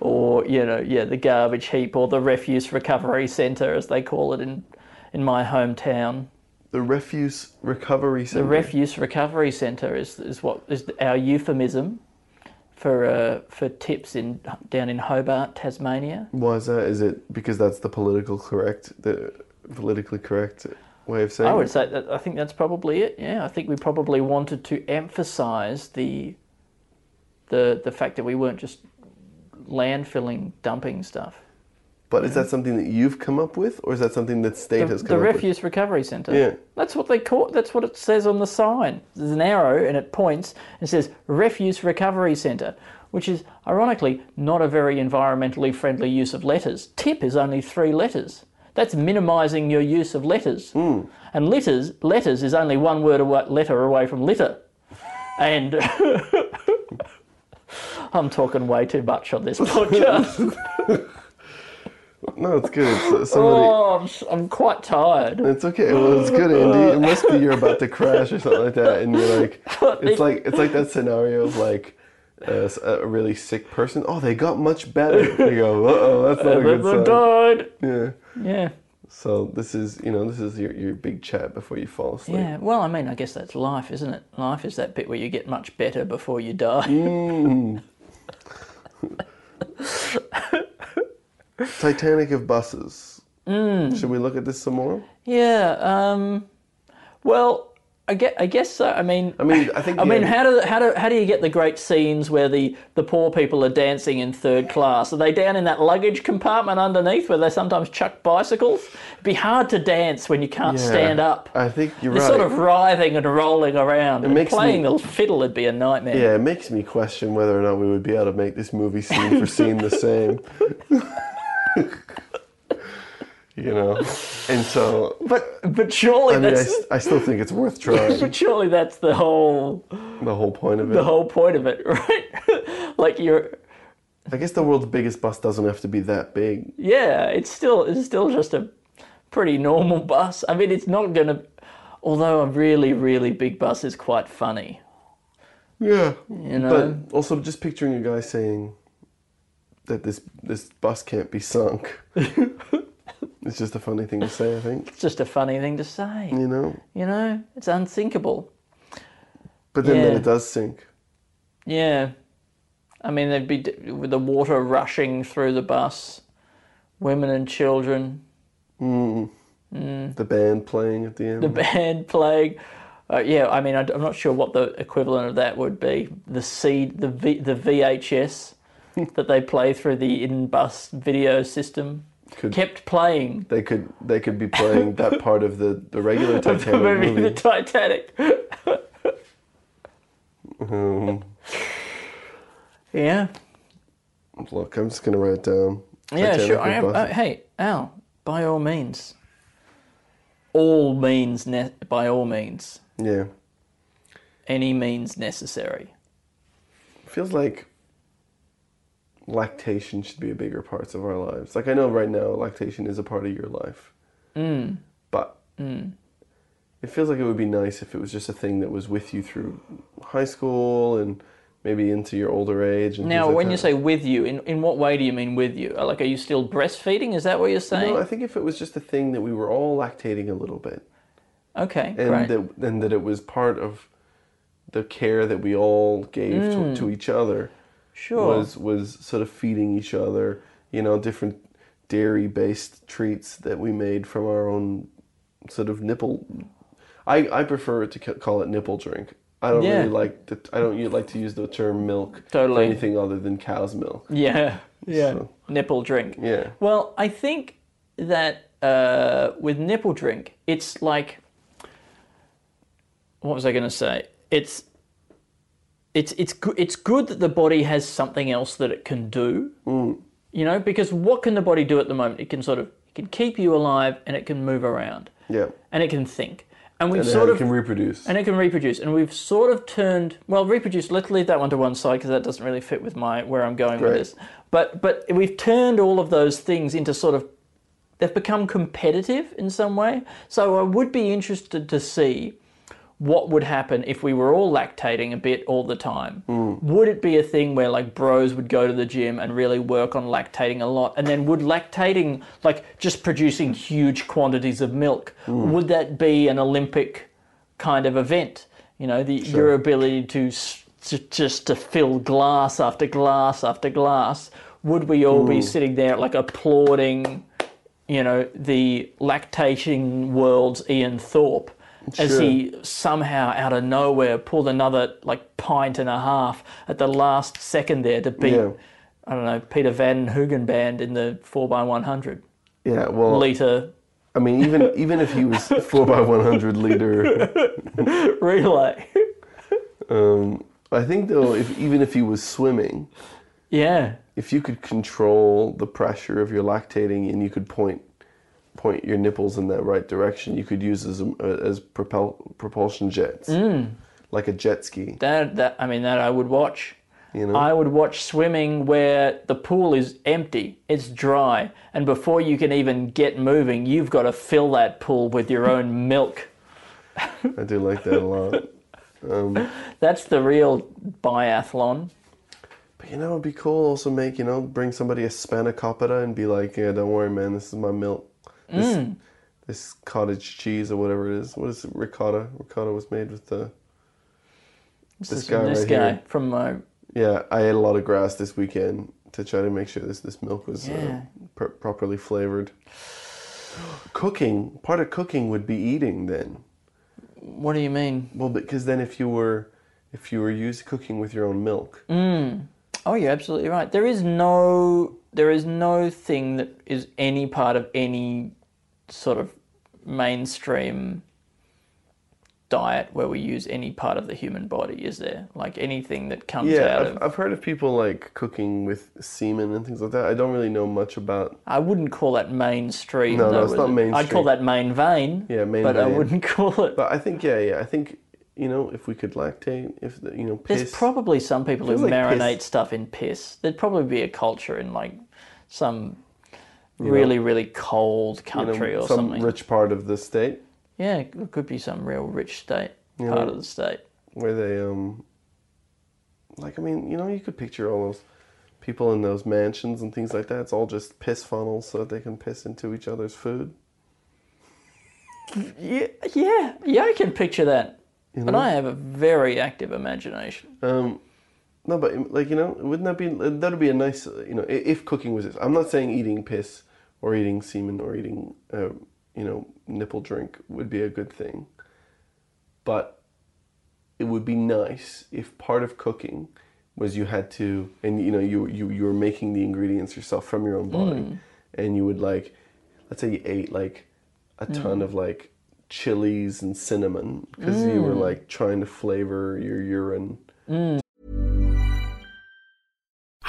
[SPEAKER 3] or you know, yeah, the garbage heap or the refuse recovery centre, as they call it in in my hometown.
[SPEAKER 4] the refuse recovery
[SPEAKER 3] The
[SPEAKER 4] center.
[SPEAKER 3] refuse recovery centre is is what is our euphemism for uh, for tips in down in Hobart, Tasmania.
[SPEAKER 4] Why is that? Is it because that's the political correct the politically correct way of saying?
[SPEAKER 3] I
[SPEAKER 4] it?
[SPEAKER 3] would say that I think that's probably it. Yeah, I think we probably wanted to emphasise the the the fact that we weren't just landfilling, dumping stuff.
[SPEAKER 4] But is that something that you've come up with, or is that something that state
[SPEAKER 3] the,
[SPEAKER 4] has
[SPEAKER 3] the
[SPEAKER 4] come up with?
[SPEAKER 3] refuse recovery centre.
[SPEAKER 4] Yeah.
[SPEAKER 3] That's what they call. That's what it says on the sign. There's an arrow and it points and says refuse recovery centre, which is ironically not a very environmentally friendly use of letters. Tip is only three letters. That's minimising your use of letters.
[SPEAKER 4] Hmm.
[SPEAKER 3] And letters letters is only one word away, letter away from litter. And I'm talking way too much on this podcast.
[SPEAKER 4] No, it's good. It's, somebody,
[SPEAKER 3] oh, I'm, s- I'm quite tired.
[SPEAKER 4] It's okay. Well, it's good, Andy. It must be you're about to crash or something like that, and you're like, it's like it's like that scenario of like a, s- a really sick person. Oh, they got much better. You go, uh oh, that's not a
[SPEAKER 3] They
[SPEAKER 4] good sign.
[SPEAKER 3] died.
[SPEAKER 4] Yeah.
[SPEAKER 3] Yeah.
[SPEAKER 4] So this is you know this is your, your big chat before you fall asleep.
[SPEAKER 3] Yeah, well, I mean, I guess that's life, isn't it? Life is that bit where you get much better before you die.
[SPEAKER 4] Mm. Titanic of
[SPEAKER 3] Mm.
[SPEAKER 4] buses. Should we look at this some more?
[SPEAKER 3] Yeah, um, well, I guess, I guess so. I mean,
[SPEAKER 4] I mean, I think.
[SPEAKER 3] I
[SPEAKER 4] yeah,
[SPEAKER 3] mean, how do how do how do you get the great scenes where the the poor people are dancing in third class? Are they down in that luggage compartment underneath where they sometimes chuck bicycles? It'd be hard to dance when you can't
[SPEAKER 4] yeah,
[SPEAKER 3] stand up.
[SPEAKER 4] I think you're
[SPEAKER 3] You're
[SPEAKER 4] right.
[SPEAKER 3] sort of writhing and rolling around. and
[SPEAKER 4] makes
[SPEAKER 3] playing
[SPEAKER 4] me-
[SPEAKER 3] the fiddle would be a nightmare.
[SPEAKER 4] yeah, it makes me question whether or not we would be able to make this movie scene for scene the same. you know, and so
[SPEAKER 3] But but surely
[SPEAKER 4] I mean, I,
[SPEAKER 3] that's
[SPEAKER 4] s- I still think it's worth trying.
[SPEAKER 3] but surely that's the whole
[SPEAKER 4] The whole point of it.
[SPEAKER 3] the whole point of it, right? like you're
[SPEAKER 4] I guess the world's biggest bus doesn't have to be that big.
[SPEAKER 3] yeah, it's still it's still just a pretty normal bus. I mean, it's not gonna. Although a really really big bus is quite funny,
[SPEAKER 4] Yeah.
[SPEAKER 3] you know.
[SPEAKER 4] But also, just picturing a guy saying that this this bus can't be sunk. it's just a funny thing to say, I think.
[SPEAKER 3] it's just a funny thing to say,
[SPEAKER 4] You know.
[SPEAKER 3] you know. It's unsinkable.
[SPEAKER 4] But then, then
[SPEAKER 3] Yeah.
[SPEAKER 4] it does sink.
[SPEAKER 3] Yeah, I mean, there'd be d- with the water rushing through the bus, women and children,
[SPEAKER 4] The band playing at the end.
[SPEAKER 3] the band playing. Uh, yeah, I mean, I, am not sure what the equivalent of that would be. The seed, the v, the VHS that they play through the in-bus video system
[SPEAKER 4] Could-
[SPEAKER 3] kept playing.
[SPEAKER 4] they could they could be playing that part of the, the regular
[SPEAKER 3] The
[SPEAKER 4] Titanic
[SPEAKER 3] movie,
[SPEAKER 4] movie.
[SPEAKER 3] The Titanic.
[SPEAKER 4] Um,
[SPEAKER 3] Yeah.
[SPEAKER 4] look, I'm just gonna write it down.
[SPEAKER 3] Yeah,
[SPEAKER 4] Titanic
[SPEAKER 3] sure.
[SPEAKER 4] with
[SPEAKER 3] I am,
[SPEAKER 4] bus.
[SPEAKER 3] uh, hey, Al, by all means. All means, ne- by all means.
[SPEAKER 4] yeah,
[SPEAKER 3] Any means necessary.
[SPEAKER 4] feels like lactation should be a bigger part of our lives. Like I know right now lactation is a part of your life.
[SPEAKER 3] Mm.
[SPEAKER 4] But it feels like it would be nice if it was just a thing that was with you through high school and maybe into your older age and
[SPEAKER 3] Now,
[SPEAKER 4] things like
[SPEAKER 3] when you
[SPEAKER 4] that.
[SPEAKER 3] say with you, in, in what way do you mean with you? Uh, Like, are you still breastfeeding? Is that what you're saying?
[SPEAKER 4] No, I think if it was just a thing that we were all lactating a little bit
[SPEAKER 3] okay,
[SPEAKER 4] and
[SPEAKER 3] great.
[SPEAKER 4] that and that it was part of the care that we all gave
[SPEAKER 3] Mm.
[SPEAKER 4] to, to each other.
[SPEAKER 3] Sure.
[SPEAKER 4] was was sort of feeding each other, you know, different dairy based treats that we made from our own sort of nipple. I, I prefer to ca- call it nipple drink. I don't
[SPEAKER 3] Yeah.
[SPEAKER 4] really like the, I don't u- like to use the term milk for
[SPEAKER 3] Totally.
[SPEAKER 4] anything other than cow's milk.
[SPEAKER 3] Yeah, yeah.
[SPEAKER 4] So-
[SPEAKER 3] Nipple drink.
[SPEAKER 4] Yeah.
[SPEAKER 3] Well, I think that uh, with nipple drink, it's like. What was I going to say? It's. It's it's good. It's good that the body has something else that it can do.
[SPEAKER 4] Mm.
[SPEAKER 3] You know, because what can the body do at the moment? It can sort of it can keep you alive, and it can move around,
[SPEAKER 4] Yeah.
[SPEAKER 3] and it can think, and we've
[SPEAKER 4] And
[SPEAKER 3] sort
[SPEAKER 4] it
[SPEAKER 3] of
[SPEAKER 4] can reproduce.
[SPEAKER 3] and it can reproduce. And we've sort of turned well, reproduce. Let's leave that one to one side because that doesn't really fit with my where I'm going
[SPEAKER 4] Right.
[SPEAKER 3] with this. But but we've turned all of those things into sort of they've become competitive in some way. So I would be interested to see what would happen if we were all lactating a bit all the time. Would it be a thing where like bros would go to the gym and really work on lactating a lot and then would lactating like just producing huge quantities of milk would that be an olympic kind of event. You know, the, your ability to, s- to just to fill glass after glass after glass. Would we all be sitting there like applauding, you know, the lactation world's Ian Thorpe as
[SPEAKER 4] Sure.
[SPEAKER 3] he somehow out of nowhere pulled another like pint and a half at the last second there to beat,
[SPEAKER 4] Yeah.
[SPEAKER 3] I don't know, Peter Van Hugenband in the 4x100
[SPEAKER 4] yeah. Well,
[SPEAKER 3] litre
[SPEAKER 4] I mean, even even if he was four by one hundred liter,
[SPEAKER 3] relay?
[SPEAKER 4] um, I think though, if even if he was swimming,
[SPEAKER 3] yeah.
[SPEAKER 4] if you could control the pressure of your lactating and you could point point your nipples in that right direction, you could use as uh, as propel, propulsion jets, like a jet ski.
[SPEAKER 3] That that I mean that I would watch.
[SPEAKER 4] You know?
[SPEAKER 3] I would watch swimming where the pool is empty, it's dry, and before you can even get moving, you've got to fill that pool with your own milk.
[SPEAKER 4] I do like that a lot.
[SPEAKER 3] That's the real biathlon.
[SPEAKER 4] But you know, it'd be cool also make you know bring somebody a spanakopita and be like, yeah, don't worry, man, this is my milk. This, this cottage cheese or whatever it is. What is it? Ricotta. Ricotta was made with the.
[SPEAKER 3] This,
[SPEAKER 4] This
[SPEAKER 3] is
[SPEAKER 4] guy
[SPEAKER 3] from this
[SPEAKER 4] right
[SPEAKER 3] guy
[SPEAKER 4] here.
[SPEAKER 3] from my
[SPEAKER 4] Yeah, I ate a lot of grass this weekend to try to make sure this this milk was
[SPEAKER 3] Yeah.
[SPEAKER 4] uh, pr- properly flavored. cooking part of cooking would be eating then.
[SPEAKER 3] What do you mean?
[SPEAKER 4] Well, because then if you were if you were used cooking with your own milk,
[SPEAKER 3] Oh, you're absolutely right. There is no there is no thing that is any part of any sort of mainstream diet where we use any part of the human body, is there? Like anything that comes
[SPEAKER 4] yeah,
[SPEAKER 3] out
[SPEAKER 4] I've,
[SPEAKER 3] of
[SPEAKER 4] I've heard of people like cooking with semen and things like that. I don't really know much about.
[SPEAKER 3] I wouldn't call that mainstream.
[SPEAKER 4] No, no,
[SPEAKER 3] though,
[SPEAKER 4] it's
[SPEAKER 3] is
[SPEAKER 4] not
[SPEAKER 3] it? I'd
[SPEAKER 4] mainstream.
[SPEAKER 3] call that main vein.
[SPEAKER 4] Yeah, main
[SPEAKER 3] But I
[SPEAKER 4] vein.
[SPEAKER 3] wouldn't call it.
[SPEAKER 4] But I think yeah, yeah, I think you know if we could lactate, if the, you know piss.
[SPEAKER 3] There's probably some people who
[SPEAKER 4] Feels like
[SPEAKER 3] marinate
[SPEAKER 4] piss.
[SPEAKER 3] stuff in piss. There'd probably be a culture in like some really, really cold
[SPEAKER 4] you know,
[SPEAKER 3] country or
[SPEAKER 4] some
[SPEAKER 3] something.
[SPEAKER 4] rich part of the state
[SPEAKER 3] Yeah, it could be some real rich state, part of the state.
[SPEAKER 4] where they um like I mean, you know, you could picture all those people in those mansions and things like that. It's all just piss funnels so that they can piss into each other's food.
[SPEAKER 3] Yeah, yeah, yeah, I can picture that. But I have a very active imagination.
[SPEAKER 4] Um, no, but like you know, wouldn't that be that'd be a nice uh, you know i- if cooking was this. I'm not saying eating piss or eating semen or eating uh, you know nipple drink would be a good thing, but it would be nice if part of cooking was you had to and you know you you you were making the ingredients yourself from your own body, and you would like let's say you ate like a ton of like chilies and cinnamon because you were like trying to flavor your urine.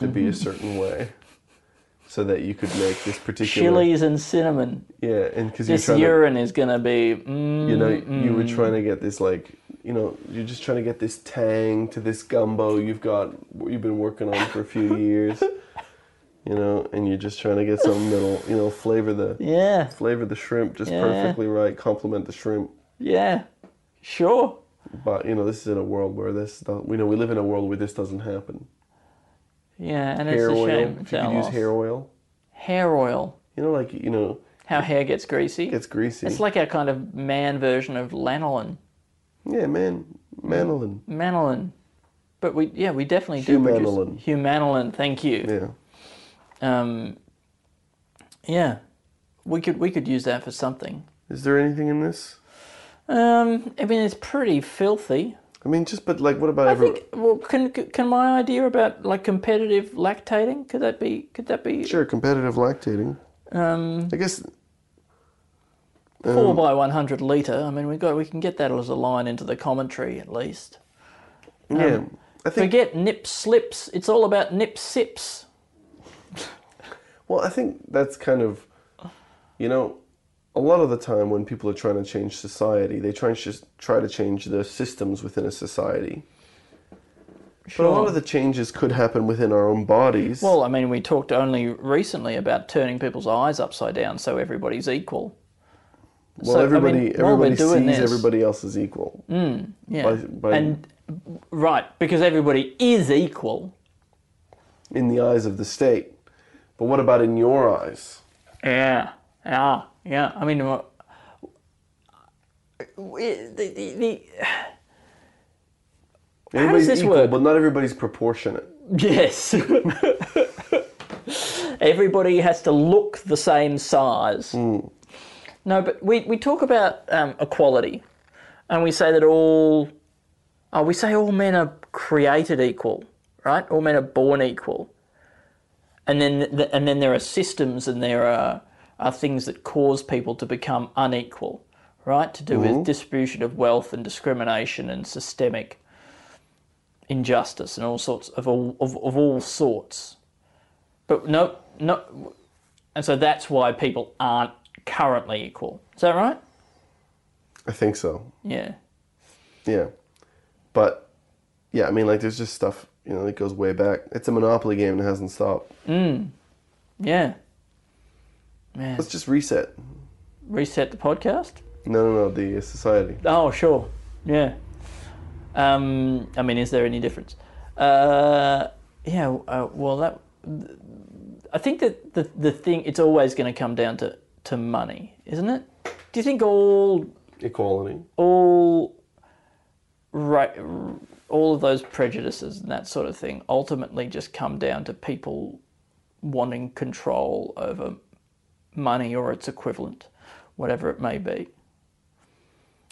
[SPEAKER 4] to be
[SPEAKER 3] Mm-hmm.
[SPEAKER 4] a certain way so that you could make this particular
[SPEAKER 3] Chilies and cinnamon.
[SPEAKER 4] yeah and because you're
[SPEAKER 3] This
[SPEAKER 4] trying
[SPEAKER 3] urine is going to be. Mm,
[SPEAKER 4] to you know you were trying to get this like you know you're just trying to get this tang to this gumbo you've got you've been working on for a few years you know and you're just trying to get something that'll you know flavor the
[SPEAKER 3] yeah,
[SPEAKER 4] flavor the shrimp just
[SPEAKER 3] Yeah.
[SPEAKER 4] perfectly right complement the shrimp
[SPEAKER 3] yeah, sure.
[SPEAKER 4] but you know this is in a world where this don't- you know we live in a world where this doesn't happen
[SPEAKER 3] Yeah, and
[SPEAKER 4] hair
[SPEAKER 3] it's a
[SPEAKER 4] oil
[SPEAKER 3] shame.
[SPEAKER 4] if
[SPEAKER 3] it's
[SPEAKER 4] you
[SPEAKER 3] our
[SPEAKER 4] could use
[SPEAKER 3] loss.
[SPEAKER 4] hair oil
[SPEAKER 3] Hair oil.
[SPEAKER 4] you know like you know
[SPEAKER 3] How hair gets greasy.
[SPEAKER 4] it gets greasy
[SPEAKER 3] It's like our kind of man version of lanolin.
[SPEAKER 4] yeah man manolin
[SPEAKER 3] Manolin. But we, yeah, we definitely do
[SPEAKER 4] Humanolin.
[SPEAKER 3] produce humanolin. Thank you.
[SPEAKER 4] yeah
[SPEAKER 3] Um, yeah, we could we could use that for something.
[SPEAKER 4] Is there anything in this?
[SPEAKER 3] Um, I mean, it's pretty filthy.
[SPEAKER 4] I mean, just but like, what about
[SPEAKER 3] I
[SPEAKER 4] every?
[SPEAKER 3] think. Well, can can my idea about like competitive lactating could that be could that be
[SPEAKER 4] Sure, competitive lactating.
[SPEAKER 3] um,
[SPEAKER 4] I guess Um,
[SPEAKER 3] four by one hundred liter? I mean, we got we can get that as a line into the commentary at least.
[SPEAKER 4] yeah. I think
[SPEAKER 3] um, Forget nip slips. It's all about nip sips.
[SPEAKER 4] well, I think that's kind of, you know, a lot of the time when people are trying to change society, they try and just try to change the systems within a society. But a lot of the changes could happen within our own bodies.
[SPEAKER 3] Well, I mean, we talked only recently about turning people's eyes upside down so everybody's equal.
[SPEAKER 4] well,
[SPEAKER 3] so, I mean,
[SPEAKER 4] everybody
[SPEAKER 3] while we're
[SPEAKER 4] everybody
[SPEAKER 3] doing
[SPEAKER 4] sees
[SPEAKER 3] this-
[SPEAKER 4] everybody else as equal.
[SPEAKER 3] Yeah.
[SPEAKER 4] By- by-
[SPEAKER 3] and right, because everybody is equal.
[SPEAKER 4] in the eyes of the state. But what about in your eyes?
[SPEAKER 3] Yeah. Yeah. Yeah. I mean, uh, we- the, the, the,
[SPEAKER 4] Everybody's
[SPEAKER 3] this
[SPEAKER 4] equal,
[SPEAKER 3] work?
[SPEAKER 4] but not everybody's proportionate.
[SPEAKER 3] yes. everybody has to look the same size. No, but we, we talk about um, equality and we say that all, oh, we say all men are created equal, right? All men are born equal. and then th- and then there are systems and there are are things that cause people to become unequal, right? To do with distribution of wealth and discrimination and systemic injustice and all sorts of all of, of all sorts. But no, no, and so that's why people aren't currently equal. Is that right?
[SPEAKER 4] I think so.
[SPEAKER 3] Yeah.
[SPEAKER 4] Yeah. But yeah, I mean like there's just stuff, you know, that goes way back. It's a monopoly game and it hasn't stopped.
[SPEAKER 3] Yeah. Man.
[SPEAKER 4] Let's just reset.
[SPEAKER 3] reset the podcast?
[SPEAKER 4] No, no, no. The society.
[SPEAKER 3] Oh, sure. Yeah. Um, I mean, is there any difference? Uh, yeah. Uh, well, that. I think that the the thing it's always going to come down to to money, isn't it? Do you think all
[SPEAKER 4] Equality.
[SPEAKER 3] all right all of those prejudices and that sort of thing ultimately just come down to people wanting control over money or its equivalent, whatever it may be.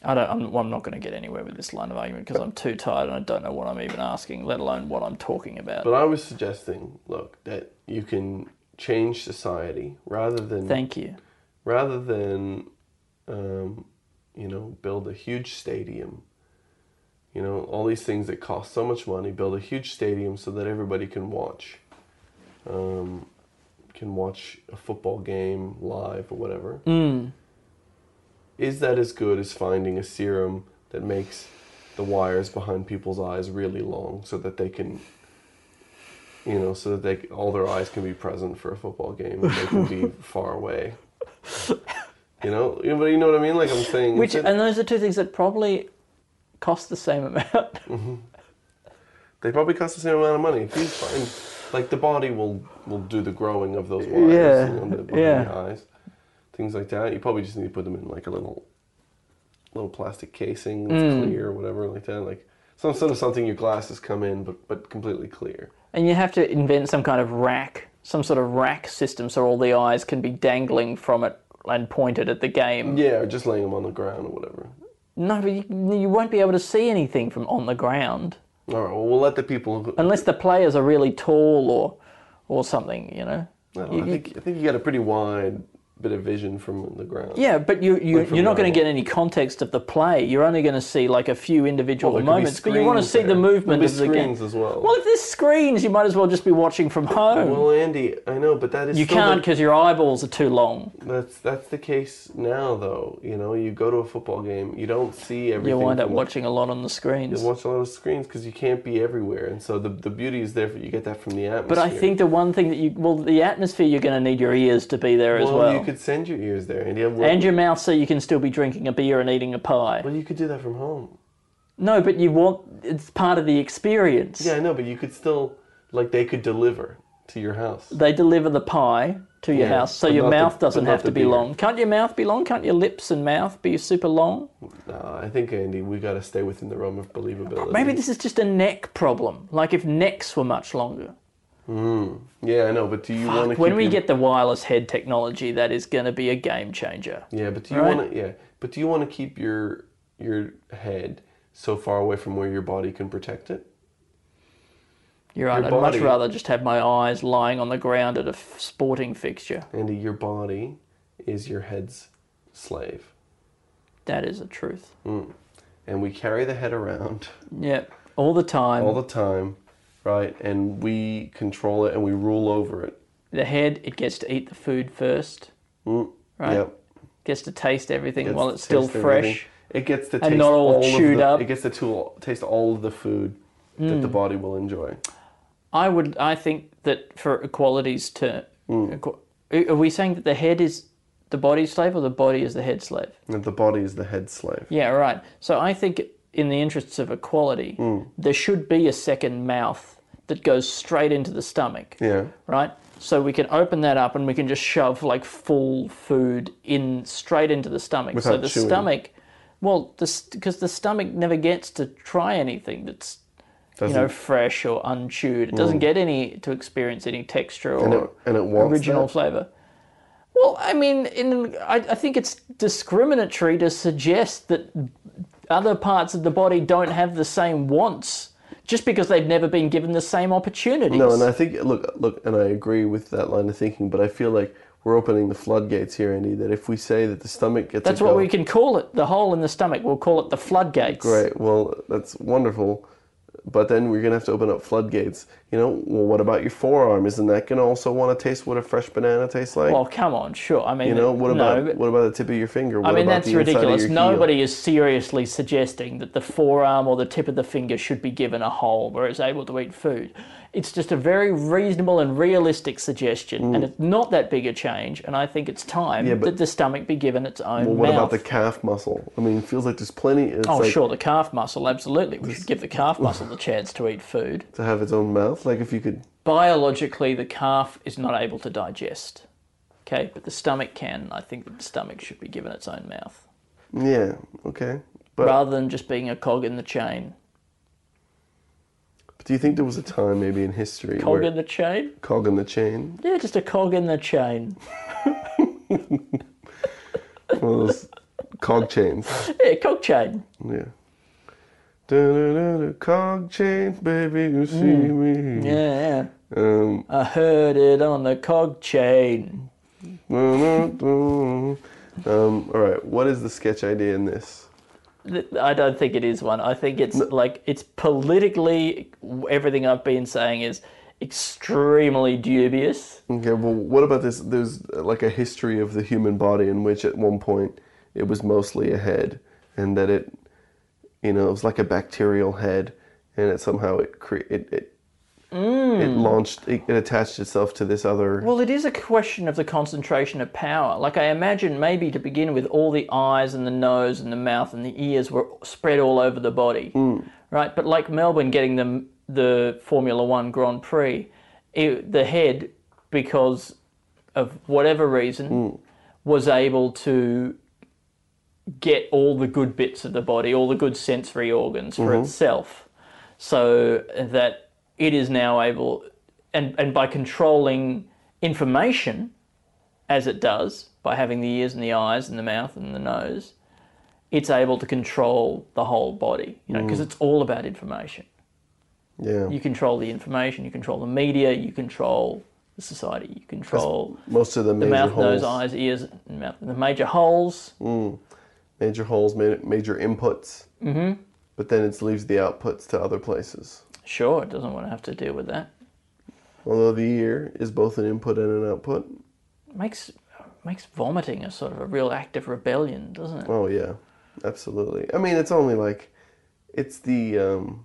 [SPEAKER 3] I don't. I'm, well, I'm not going to get anywhere with this line of argument because I'm too tired and I don't know what I'm even asking, let alone what I'm talking about.
[SPEAKER 4] But I was suggesting, look, that you can change society rather than
[SPEAKER 3] Thank you.
[SPEAKER 4] rather than um, you know build a huge stadium you know all these things that cost so much money build a huge stadium so that everybody can watch um, can watch a football game live or whatever is that as good as finding a serum that makes the wires behind people's eyes really long so that they can you know so that they all their eyes can be present for a football game and they can be far away you know you know, but you know what i mean like i'm saying
[SPEAKER 3] Which
[SPEAKER 4] that-
[SPEAKER 3] and those are two things that probably cost the same amount.
[SPEAKER 4] they probably cost the same amount of money if you find like the body will will do the growing of those wires
[SPEAKER 3] Yeah,
[SPEAKER 4] you know, the- behind
[SPEAKER 3] yeah.
[SPEAKER 4] the eyes things like that you probably just need to put them in like a little little plastic casing that's
[SPEAKER 3] Mm.
[SPEAKER 4] clear or whatever like that like some sort of something your glasses come in but but completely clear
[SPEAKER 3] And you have to invent some kind of rack, some sort of rack system so all the eyes can be dangling from it and pointed at the game.
[SPEAKER 4] yeah or just laying them on the ground or whatever
[SPEAKER 3] No, but you, you won't be able to see anything from on the ground
[SPEAKER 4] all right well we'll let the people who-
[SPEAKER 3] unless the players are really tall or or something, you know.
[SPEAKER 4] I, don't know, I think i think you got a pretty wide bit of vision from the ground
[SPEAKER 3] Yeah, but you, you
[SPEAKER 4] from
[SPEAKER 3] you're not
[SPEAKER 4] the
[SPEAKER 3] going to
[SPEAKER 4] level.
[SPEAKER 3] get any context of the play. You're only going to see like a few individual
[SPEAKER 4] Well, there could be
[SPEAKER 3] moments, but you want to
[SPEAKER 4] screens
[SPEAKER 3] see the
[SPEAKER 4] there.
[SPEAKER 3] movement
[SPEAKER 4] There'll
[SPEAKER 3] of
[SPEAKER 4] be
[SPEAKER 3] the game.
[SPEAKER 4] screens as well.
[SPEAKER 3] Well, if there's screens, you might as well just be watching from home.
[SPEAKER 4] well andy i know but that is
[SPEAKER 3] you
[SPEAKER 4] still the-
[SPEAKER 3] can't because your eyeballs are too long.
[SPEAKER 4] That's that's the case now, though. You know, you go to a football game, you don't see
[SPEAKER 3] You
[SPEAKER 4] everything.
[SPEAKER 3] wind up
[SPEAKER 4] from-
[SPEAKER 3] watching a lot on the screens.
[SPEAKER 4] You watch a lot of screens because you can't be everywhere, and so the the beauty is there. For, you get that from the atmosphere.
[SPEAKER 3] But I think the one thing that you well, the atmosphere you're going to need your ears to be there as
[SPEAKER 4] well,
[SPEAKER 3] well,
[SPEAKER 4] you could send your ears there, and you well,
[SPEAKER 3] and your mouth, so you can still be drinking a beer and eating a pie.
[SPEAKER 4] well, you could do that from home.
[SPEAKER 3] No, but you want it's part of the experience.
[SPEAKER 4] Yeah, I know, but you could still like they could deliver to your house.
[SPEAKER 3] They deliver the pie to your
[SPEAKER 4] Yeah,
[SPEAKER 3] house, so
[SPEAKER 4] but
[SPEAKER 3] your
[SPEAKER 4] not the-
[SPEAKER 3] mouth doesn't
[SPEAKER 4] but not
[SPEAKER 3] have to
[SPEAKER 4] the
[SPEAKER 3] be
[SPEAKER 4] beer.
[SPEAKER 3] long. Can't your mouth be long? Can't your lips and mouth be super long?
[SPEAKER 4] No, I think Andy, we got to stay within the realm of believability.
[SPEAKER 3] Maybe this is just a neck problem. Like if necks were much longer.
[SPEAKER 4] Yeah, I know, but do you want to?
[SPEAKER 3] When we get the wireless head technology, that is going to be a game changer.
[SPEAKER 4] Yeah, but do you
[SPEAKER 3] Right?
[SPEAKER 4] want to? Yeah, but do you want to keep your your head so far away from where your body can protect it?
[SPEAKER 3] You're right.
[SPEAKER 4] Your
[SPEAKER 3] I'd
[SPEAKER 4] body-
[SPEAKER 3] much rather just have my eyes lying on the ground at a f- sporting fixture.
[SPEAKER 4] Andy, your body is your head's slave.
[SPEAKER 3] That is the truth.
[SPEAKER 4] And we carry the head around
[SPEAKER 3] Yep. All the time.
[SPEAKER 4] all the time, right? And we control it and we rule over it.
[SPEAKER 3] the head, it gets to eat the food first,
[SPEAKER 4] Mm.
[SPEAKER 3] Right.
[SPEAKER 4] Yep.
[SPEAKER 3] gets to taste everything
[SPEAKER 4] Gets
[SPEAKER 3] while
[SPEAKER 4] to
[SPEAKER 3] it's still
[SPEAKER 4] taste
[SPEAKER 3] fresh.
[SPEAKER 4] everything. It gets to taste
[SPEAKER 3] and not all
[SPEAKER 4] of
[SPEAKER 3] chewed
[SPEAKER 4] the-
[SPEAKER 3] up. Mm.
[SPEAKER 4] It gets to tool, taste all of the food that the body will enjoy.
[SPEAKER 3] I would. I think that for equalities to,
[SPEAKER 4] Mm.
[SPEAKER 3] equa- are we saying that the head is the body's slave or the body is the head slave?
[SPEAKER 4] That the body is the head slave.
[SPEAKER 3] Yeah, right. So I think in the interests of equality,
[SPEAKER 4] Mm.
[SPEAKER 3] there should be a second mouth that goes straight into the stomach.
[SPEAKER 4] Yeah.
[SPEAKER 3] right? So we can open that up and we can just shove like full food in straight into the stomach. so
[SPEAKER 4] Without
[SPEAKER 3] the
[SPEAKER 4] chewing.
[SPEAKER 3] stomach, well, because the stomach never gets to try anything that's you know
[SPEAKER 4] Doesn't- Mm.
[SPEAKER 3] fresh or unchewed. It doesn't get any to experience any texture or
[SPEAKER 4] And it, and it wants
[SPEAKER 3] original
[SPEAKER 4] that.
[SPEAKER 3] flavor. Well, I mean, in, I, I think it's discriminatory to suggest that other parts of the body don't have the same wants just because they've never been given the same opportunities.
[SPEAKER 4] No, and I think look, look, and I agree with that line of thinking, but I feel like we're opening the floodgates here, Andy. That if we say that the stomach gets
[SPEAKER 3] That's
[SPEAKER 4] a
[SPEAKER 3] what
[SPEAKER 4] go,
[SPEAKER 3] we can call it. The hole in the stomach. We'll call it the floodgates.
[SPEAKER 4] Right. Well, that's wonderful. But then we're gonna have to open up floodgates. You know, well, what about your forearm? Isn't that gonna also want to taste what a fresh banana tastes like?
[SPEAKER 3] Well, come on, sure. I mean,
[SPEAKER 4] you know, what about
[SPEAKER 3] no, but-
[SPEAKER 4] what about the tip of your finger? What
[SPEAKER 3] I mean,
[SPEAKER 4] about
[SPEAKER 3] that's
[SPEAKER 4] the inside of
[SPEAKER 3] ridiculous.
[SPEAKER 4] your heel?
[SPEAKER 3] Nobody is seriously suggesting that the forearm or the tip of the finger should be given a hole where it's able to eat food. It's just a very reasonable and realistic suggestion, and it's not that big a change. And I think it's time
[SPEAKER 4] Mm. but-
[SPEAKER 3] that the stomach be given its own
[SPEAKER 4] Well, what
[SPEAKER 3] mouth.
[SPEAKER 4] about the calf muscle? I mean, it feels like there's plenty. It's
[SPEAKER 3] Oh,
[SPEAKER 4] like
[SPEAKER 3] sure, the calf muscle, absolutely. We should give the calf muscle the chance to eat food.
[SPEAKER 4] to have its own mouth. Like if you could.
[SPEAKER 3] Biologically, the calf is not able to digest. Okay, but the stomach can. I think that the stomach should be given its own mouth
[SPEAKER 4] Yeah. Okay. But,
[SPEAKER 3] rather than just being a cog in the chain.
[SPEAKER 4] do you think there was a time maybe in history
[SPEAKER 3] Cog
[SPEAKER 4] where
[SPEAKER 3] in the chain?
[SPEAKER 4] cog in the chain,
[SPEAKER 3] Yeah, just a cog in the chain.
[SPEAKER 4] one of those cog chains?
[SPEAKER 3] Yeah, cog chain.
[SPEAKER 4] Yeah. Da-da-da-da, cog chains, baby, you see
[SPEAKER 3] Hmm.
[SPEAKER 4] me.
[SPEAKER 3] Yeah,
[SPEAKER 4] Um,
[SPEAKER 3] yeah. I heard it on the cog chain.
[SPEAKER 4] um, all right, what is the sketch idea in this?
[SPEAKER 3] Th- I don't think it is one. I think it's like it's politically everything I've been saying is extremely dubious.
[SPEAKER 4] Okay, well, what about this? There's uh, like a history of the human body in which at one point it was mostly a head, and that it, you know, it was like a bacterial head, and it somehow it cre- it it, it launched it, it attached itself to this other.
[SPEAKER 3] Mm. Well, it is a question of the concentration of power. Like, I imagine maybe to begin with, all the eyes and the nose and the mouth and the ears were spread all over the body, right? But like Melbourne getting the the Formula One Grand Prix, it, the head, because of whatever reason, was able to get all the good bits of the body, all the good sensory organs for itself, so that it is now able, and, and by controlling information as it does, by having the ears and the eyes and the mouth and the nose, it's able to control the whole body, you know, because
[SPEAKER 4] Mm.
[SPEAKER 3] it's all about information.
[SPEAKER 4] yeah,
[SPEAKER 3] You control the information, you control the media, you control the society, you control
[SPEAKER 4] most of the
[SPEAKER 3] the
[SPEAKER 4] major
[SPEAKER 3] mouth,
[SPEAKER 4] holes,
[SPEAKER 3] nose, eyes, ears, and mouth, the major holes.
[SPEAKER 4] major holes, major, major inputs. Mm-hmm. But then it leaves the outputs to other places.
[SPEAKER 3] Sure, it doesn't want to have to deal with that.
[SPEAKER 4] Although the ear is both an input and an output.
[SPEAKER 3] makes makes vomiting a sort of a real act of rebellion, doesn't it?
[SPEAKER 4] Oh yeah, absolutely. I mean, it's only like, it's the, um,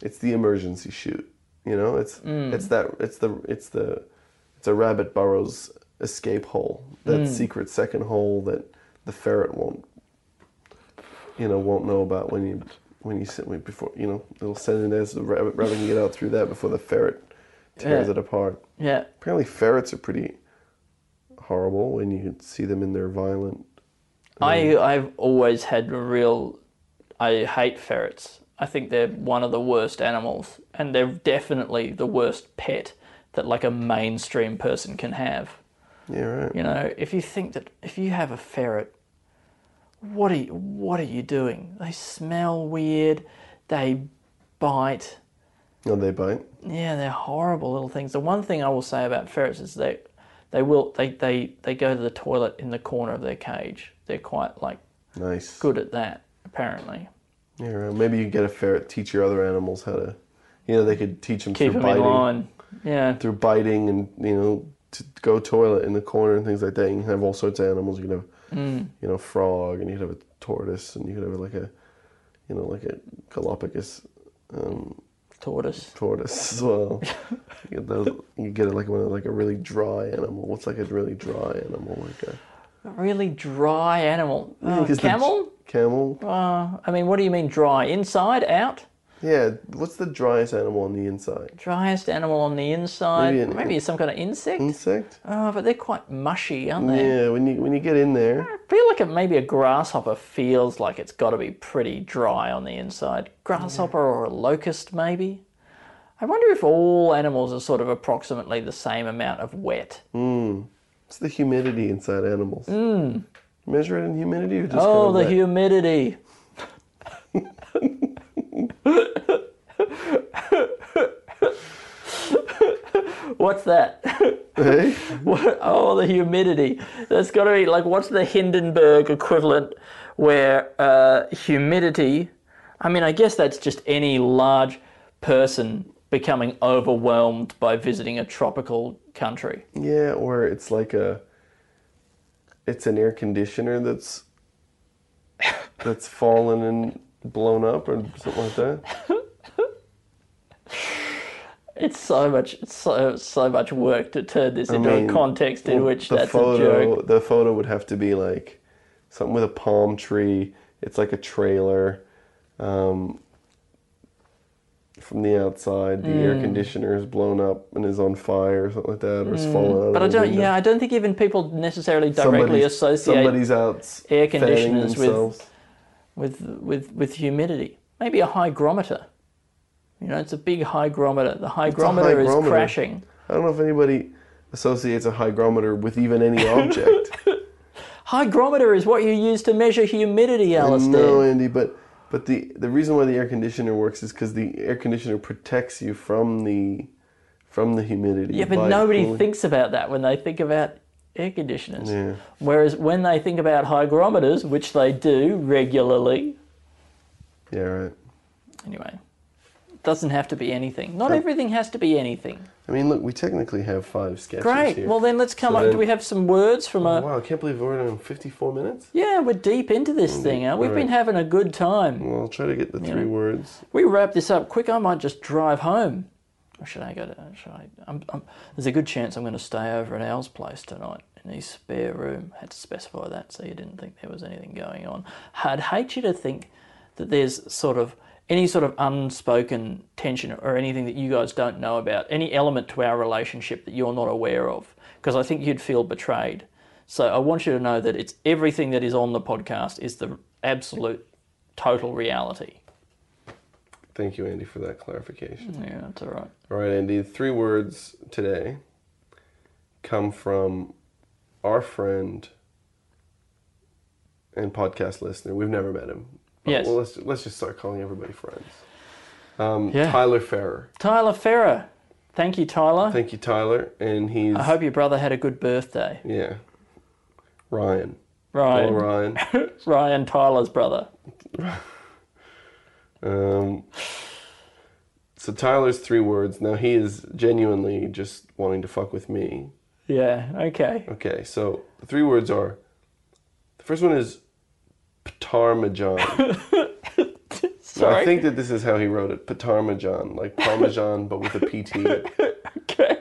[SPEAKER 4] it's the emergency shoot. You know, it's it's that it's the it's the it's a rabbit burrows escape hole, that secret second hole that the ferret won't, you know, won't know about when you when you sit when before you know it'll send it as the rabbit rabbit can get out through that before the ferret tears
[SPEAKER 3] Yeah.
[SPEAKER 4] it apart.
[SPEAKER 3] yeah,
[SPEAKER 4] Apparently, ferrets are pretty horrible when you see them in their violent.
[SPEAKER 3] I I've always had a real I hate ferrets. I think they're one of the worst animals, and they're definitely the worst pet that like a mainstream person can have.
[SPEAKER 4] Yeah, right.
[SPEAKER 3] You know, if you think that if you have a ferret, what are you, what are you doing? They smell weird. They bite.
[SPEAKER 4] No, Oh, they bite.
[SPEAKER 3] Yeah, they're horrible little things. The one thing I will say about ferrets is they they will they, they, they go to the toilet in the corner of their cage. They're quite like
[SPEAKER 4] Nice.
[SPEAKER 3] good at that, apparently.
[SPEAKER 4] Yeah, right. maybe you could get a ferret teach your other animals how to, you know, they could teach them
[SPEAKER 3] Keep
[SPEAKER 4] through
[SPEAKER 3] them
[SPEAKER 4] biting,
[SPEAKER 3] in line. Yeah.
[SPEAKER 4] through biting, and you know, to go toilet in the corner and things like that. You can have all sorts of animals. You can have,
[SPEAKER 3] Hmm.
[SPEAKER 4] you know, frog, and you could have a tortoise, and you could have like a, you know, like a Galapagos
[SPEAKER 3] Tortoise.
[SPEAKER 4] tortoise as well. you, get those, you get it like one of like a really dry animal. What's like a really dry animal?
[SPEAKER 3] Uh,
[SPEAKER 4] Like a
[SPEAKER 3] A really dry animal. Uh,
[SPEAKER 4] 'cause the-
[SPEAKER 3] camel?
[SPEAKER 4] camel.
[SPEAKER 3] Uh, I mean, what do you mean dry? Inside, out?
[SPEAKER 4] Yeah. What's the driest animal on the inside?
[SPEAKER 3] Driest animal on the inside?
[SPEAKER 4] Maybe an-
[SPEAKER 3] Maybe, some kind of insect?
[SPEAKER 4] Insect.
[SPEAKER 3] Oh, but they're quite mushy, aren't they?
[SPEAKER 4] Yeah. When you when you get in there.
[SPEAKER 3] I feel like it, maybe a grasshopper feels like it's got to be pretty dry on the inside. Grasshopper or a locust, maybe. I wonder if all animals are sort of approximately the same amount of wet.
[SPEAKER 4] It's the humidity inside animals. Measure it in humidity or just
[SPEAKER 3] Hmm. oh,
[SPEAKER 4] kind
[SPEAKER 3] the
[SPEAKER 4] of wet?
[SPEAKER 3] humidity. What's that?
[SPEAKER 4] Hey?
[SPEAKER 3] What, oh, the humidity. That's got to be like, what's the Hindenburg equivalent where uh, humidity? I mean, I guess that's just any large. person becoming overwhelmed by visiting a tropical country.
[SPEAKER 4] Yeah, or it's like a it's an air conditioner that's that's fallen and blown up or something like that.
[SPEAKER 3] It's so much it's so so much work to turn this into
[SPEAKER 4] mean,
[SPEAKER 3] a context in
[SPEAKER 4] Well,
[SPEAKER 3] which that's a
[SPEAKER 4] photo,
[SPEAKER 3] joke.
[SPEAKER 4] The photo would have to be like something with a palm tree. It's like a trailer. Um, from the outside, the
[SPEAKER 3] Hmm.
[SPEAKER 4] air conditioner is blown up and is on fire or something like that, or it's fallen out
[SPEAKER 3] Hmm. But
[SPEAKER 4] of
[SPEAKER 3] I
[SPEAKER 4] the
[SPEAKER 3] don't
[SPEAKER 4] window.
[SPEAKER 3] yeah, I don't think even people necessarily directly
[SPEAKER 4] Somebody's-
[SPEAKER 3] associate
[SPEAKER 4] somebody's out
[SPEAKER 3] air
[SPEAKER 4] fanning
[SPEAKER 3] conditioners with-
[SPEAKER 4] themselves.
[SPEAKER 3] with with with humidity. Maybe a hygrometer. You know, it's a big hygrometer. The hygrometer,
[SPEAKER 4] hygrometer?
[SPEAKER 3] is crashing.
[SPEAKER 4] I don't know if anybody associates a hygrometer with even any object.
[SPEAKER 3] Hygrometer is what you use to measure humidity, Alistair.
[SPEAKER 4] no, Andy, but but the the reason why the air conditioner works is because the air conditioner protects you from the from the humidity.
[SPEAKER 3] yeah, but
[SPEAKER 4] by
[SPEAKER 3] nobody
[SPEAKER 4] cooling-
[SPEAKER 3] thinks about that when they think about air conditioners.
[SPEAKER 4] Yeah.
[SPEAKER 3] Whereas when they think about hygrometers, which they do regularly,
[SPEAKER 4] Yeah, right.
[SPEAKER 3] anyway, it doesn't have to be anything. Not everything has to be anything.
[SPEAKER 4] I mean, look, we technically have five sketches
[SPEAKER 3] Great.
[SPEAKER 4] here.
[SPEAKER 3] Well, then uh, let's come
[SPEAKER 4] So
[SPEAKER 3] up.
[SPEAKER 4] then-
[SPEAKER 3] Do we have some words from a?
[SPEAKER 4] Wow, I can't believe we're in 54 minutes.
[SPEAKER 3] Yeah, we're deep into this thing. Huh? We've been
[SPEAKER 4] Alright.
[SPEAKER 3] having a good time.
[SPEAKER 4] Well, I'll try to get the three words.
[SPEAKER 3] we wrap this up quick, I might just drive home. Or should I go to? Should I? I'm, I'm, there's a good chance I'm going to stay over at Al's place tonight in his spare room. Had to specify that so you didn't think there was anything going on. I'd hate you to think that there's sort of any sort of unspoken tension or anything that you guys don't know about, any element to our relationship that you're not aware of, because I think you'd feel betrayed. So I want you to know that it's everything that is on the podcast is the absolute total reality.
[SPEAKER 4] Thank you, Andy, for that clarification.
[SPEAKER 3] Yeah, that's all right.
[SPEAKER 4] All right, Andy, three words today come from our friend and podcast listener. We've never met him. But-
[SPEAKER 3] Yes.
[SPEAKER 4] Well, let's, let's just start calling everybody friends.
[SPEAKER 3] Yeah.
[SPEAKER 4] Um, Tyler Farrer.
[SPEAKER 3] Tyler Ferrer. Thank you, Tyler.
[SPEAKER 4] Thank you, Tyler. And he's.
[SPEAKER 3] I hope your brother had a good birthday.
[SPEAKER 4] Yeah. Ryan.
[SPEAKER 3] Ryan.
[SPEAKER 4] Hello, Ryan.
[SPEAKER 3] Ryan Tyler's brother.
[SPEAKER 4] Um, so Tyler's three words. Now he is genuinely just wanting to fuck with me.
[SPEAKER 3] Yeah, okay.
[SPEAKER 4] Okay, so the three words are. The first one is Ptarmigan. Now,
[SPEAKER 3] Sorry.
[SPEAKER 4] I think that this is how he wrote it. Ptarmigan, like Parmesan, but with a PT.
[SPEAKER 3] Okay.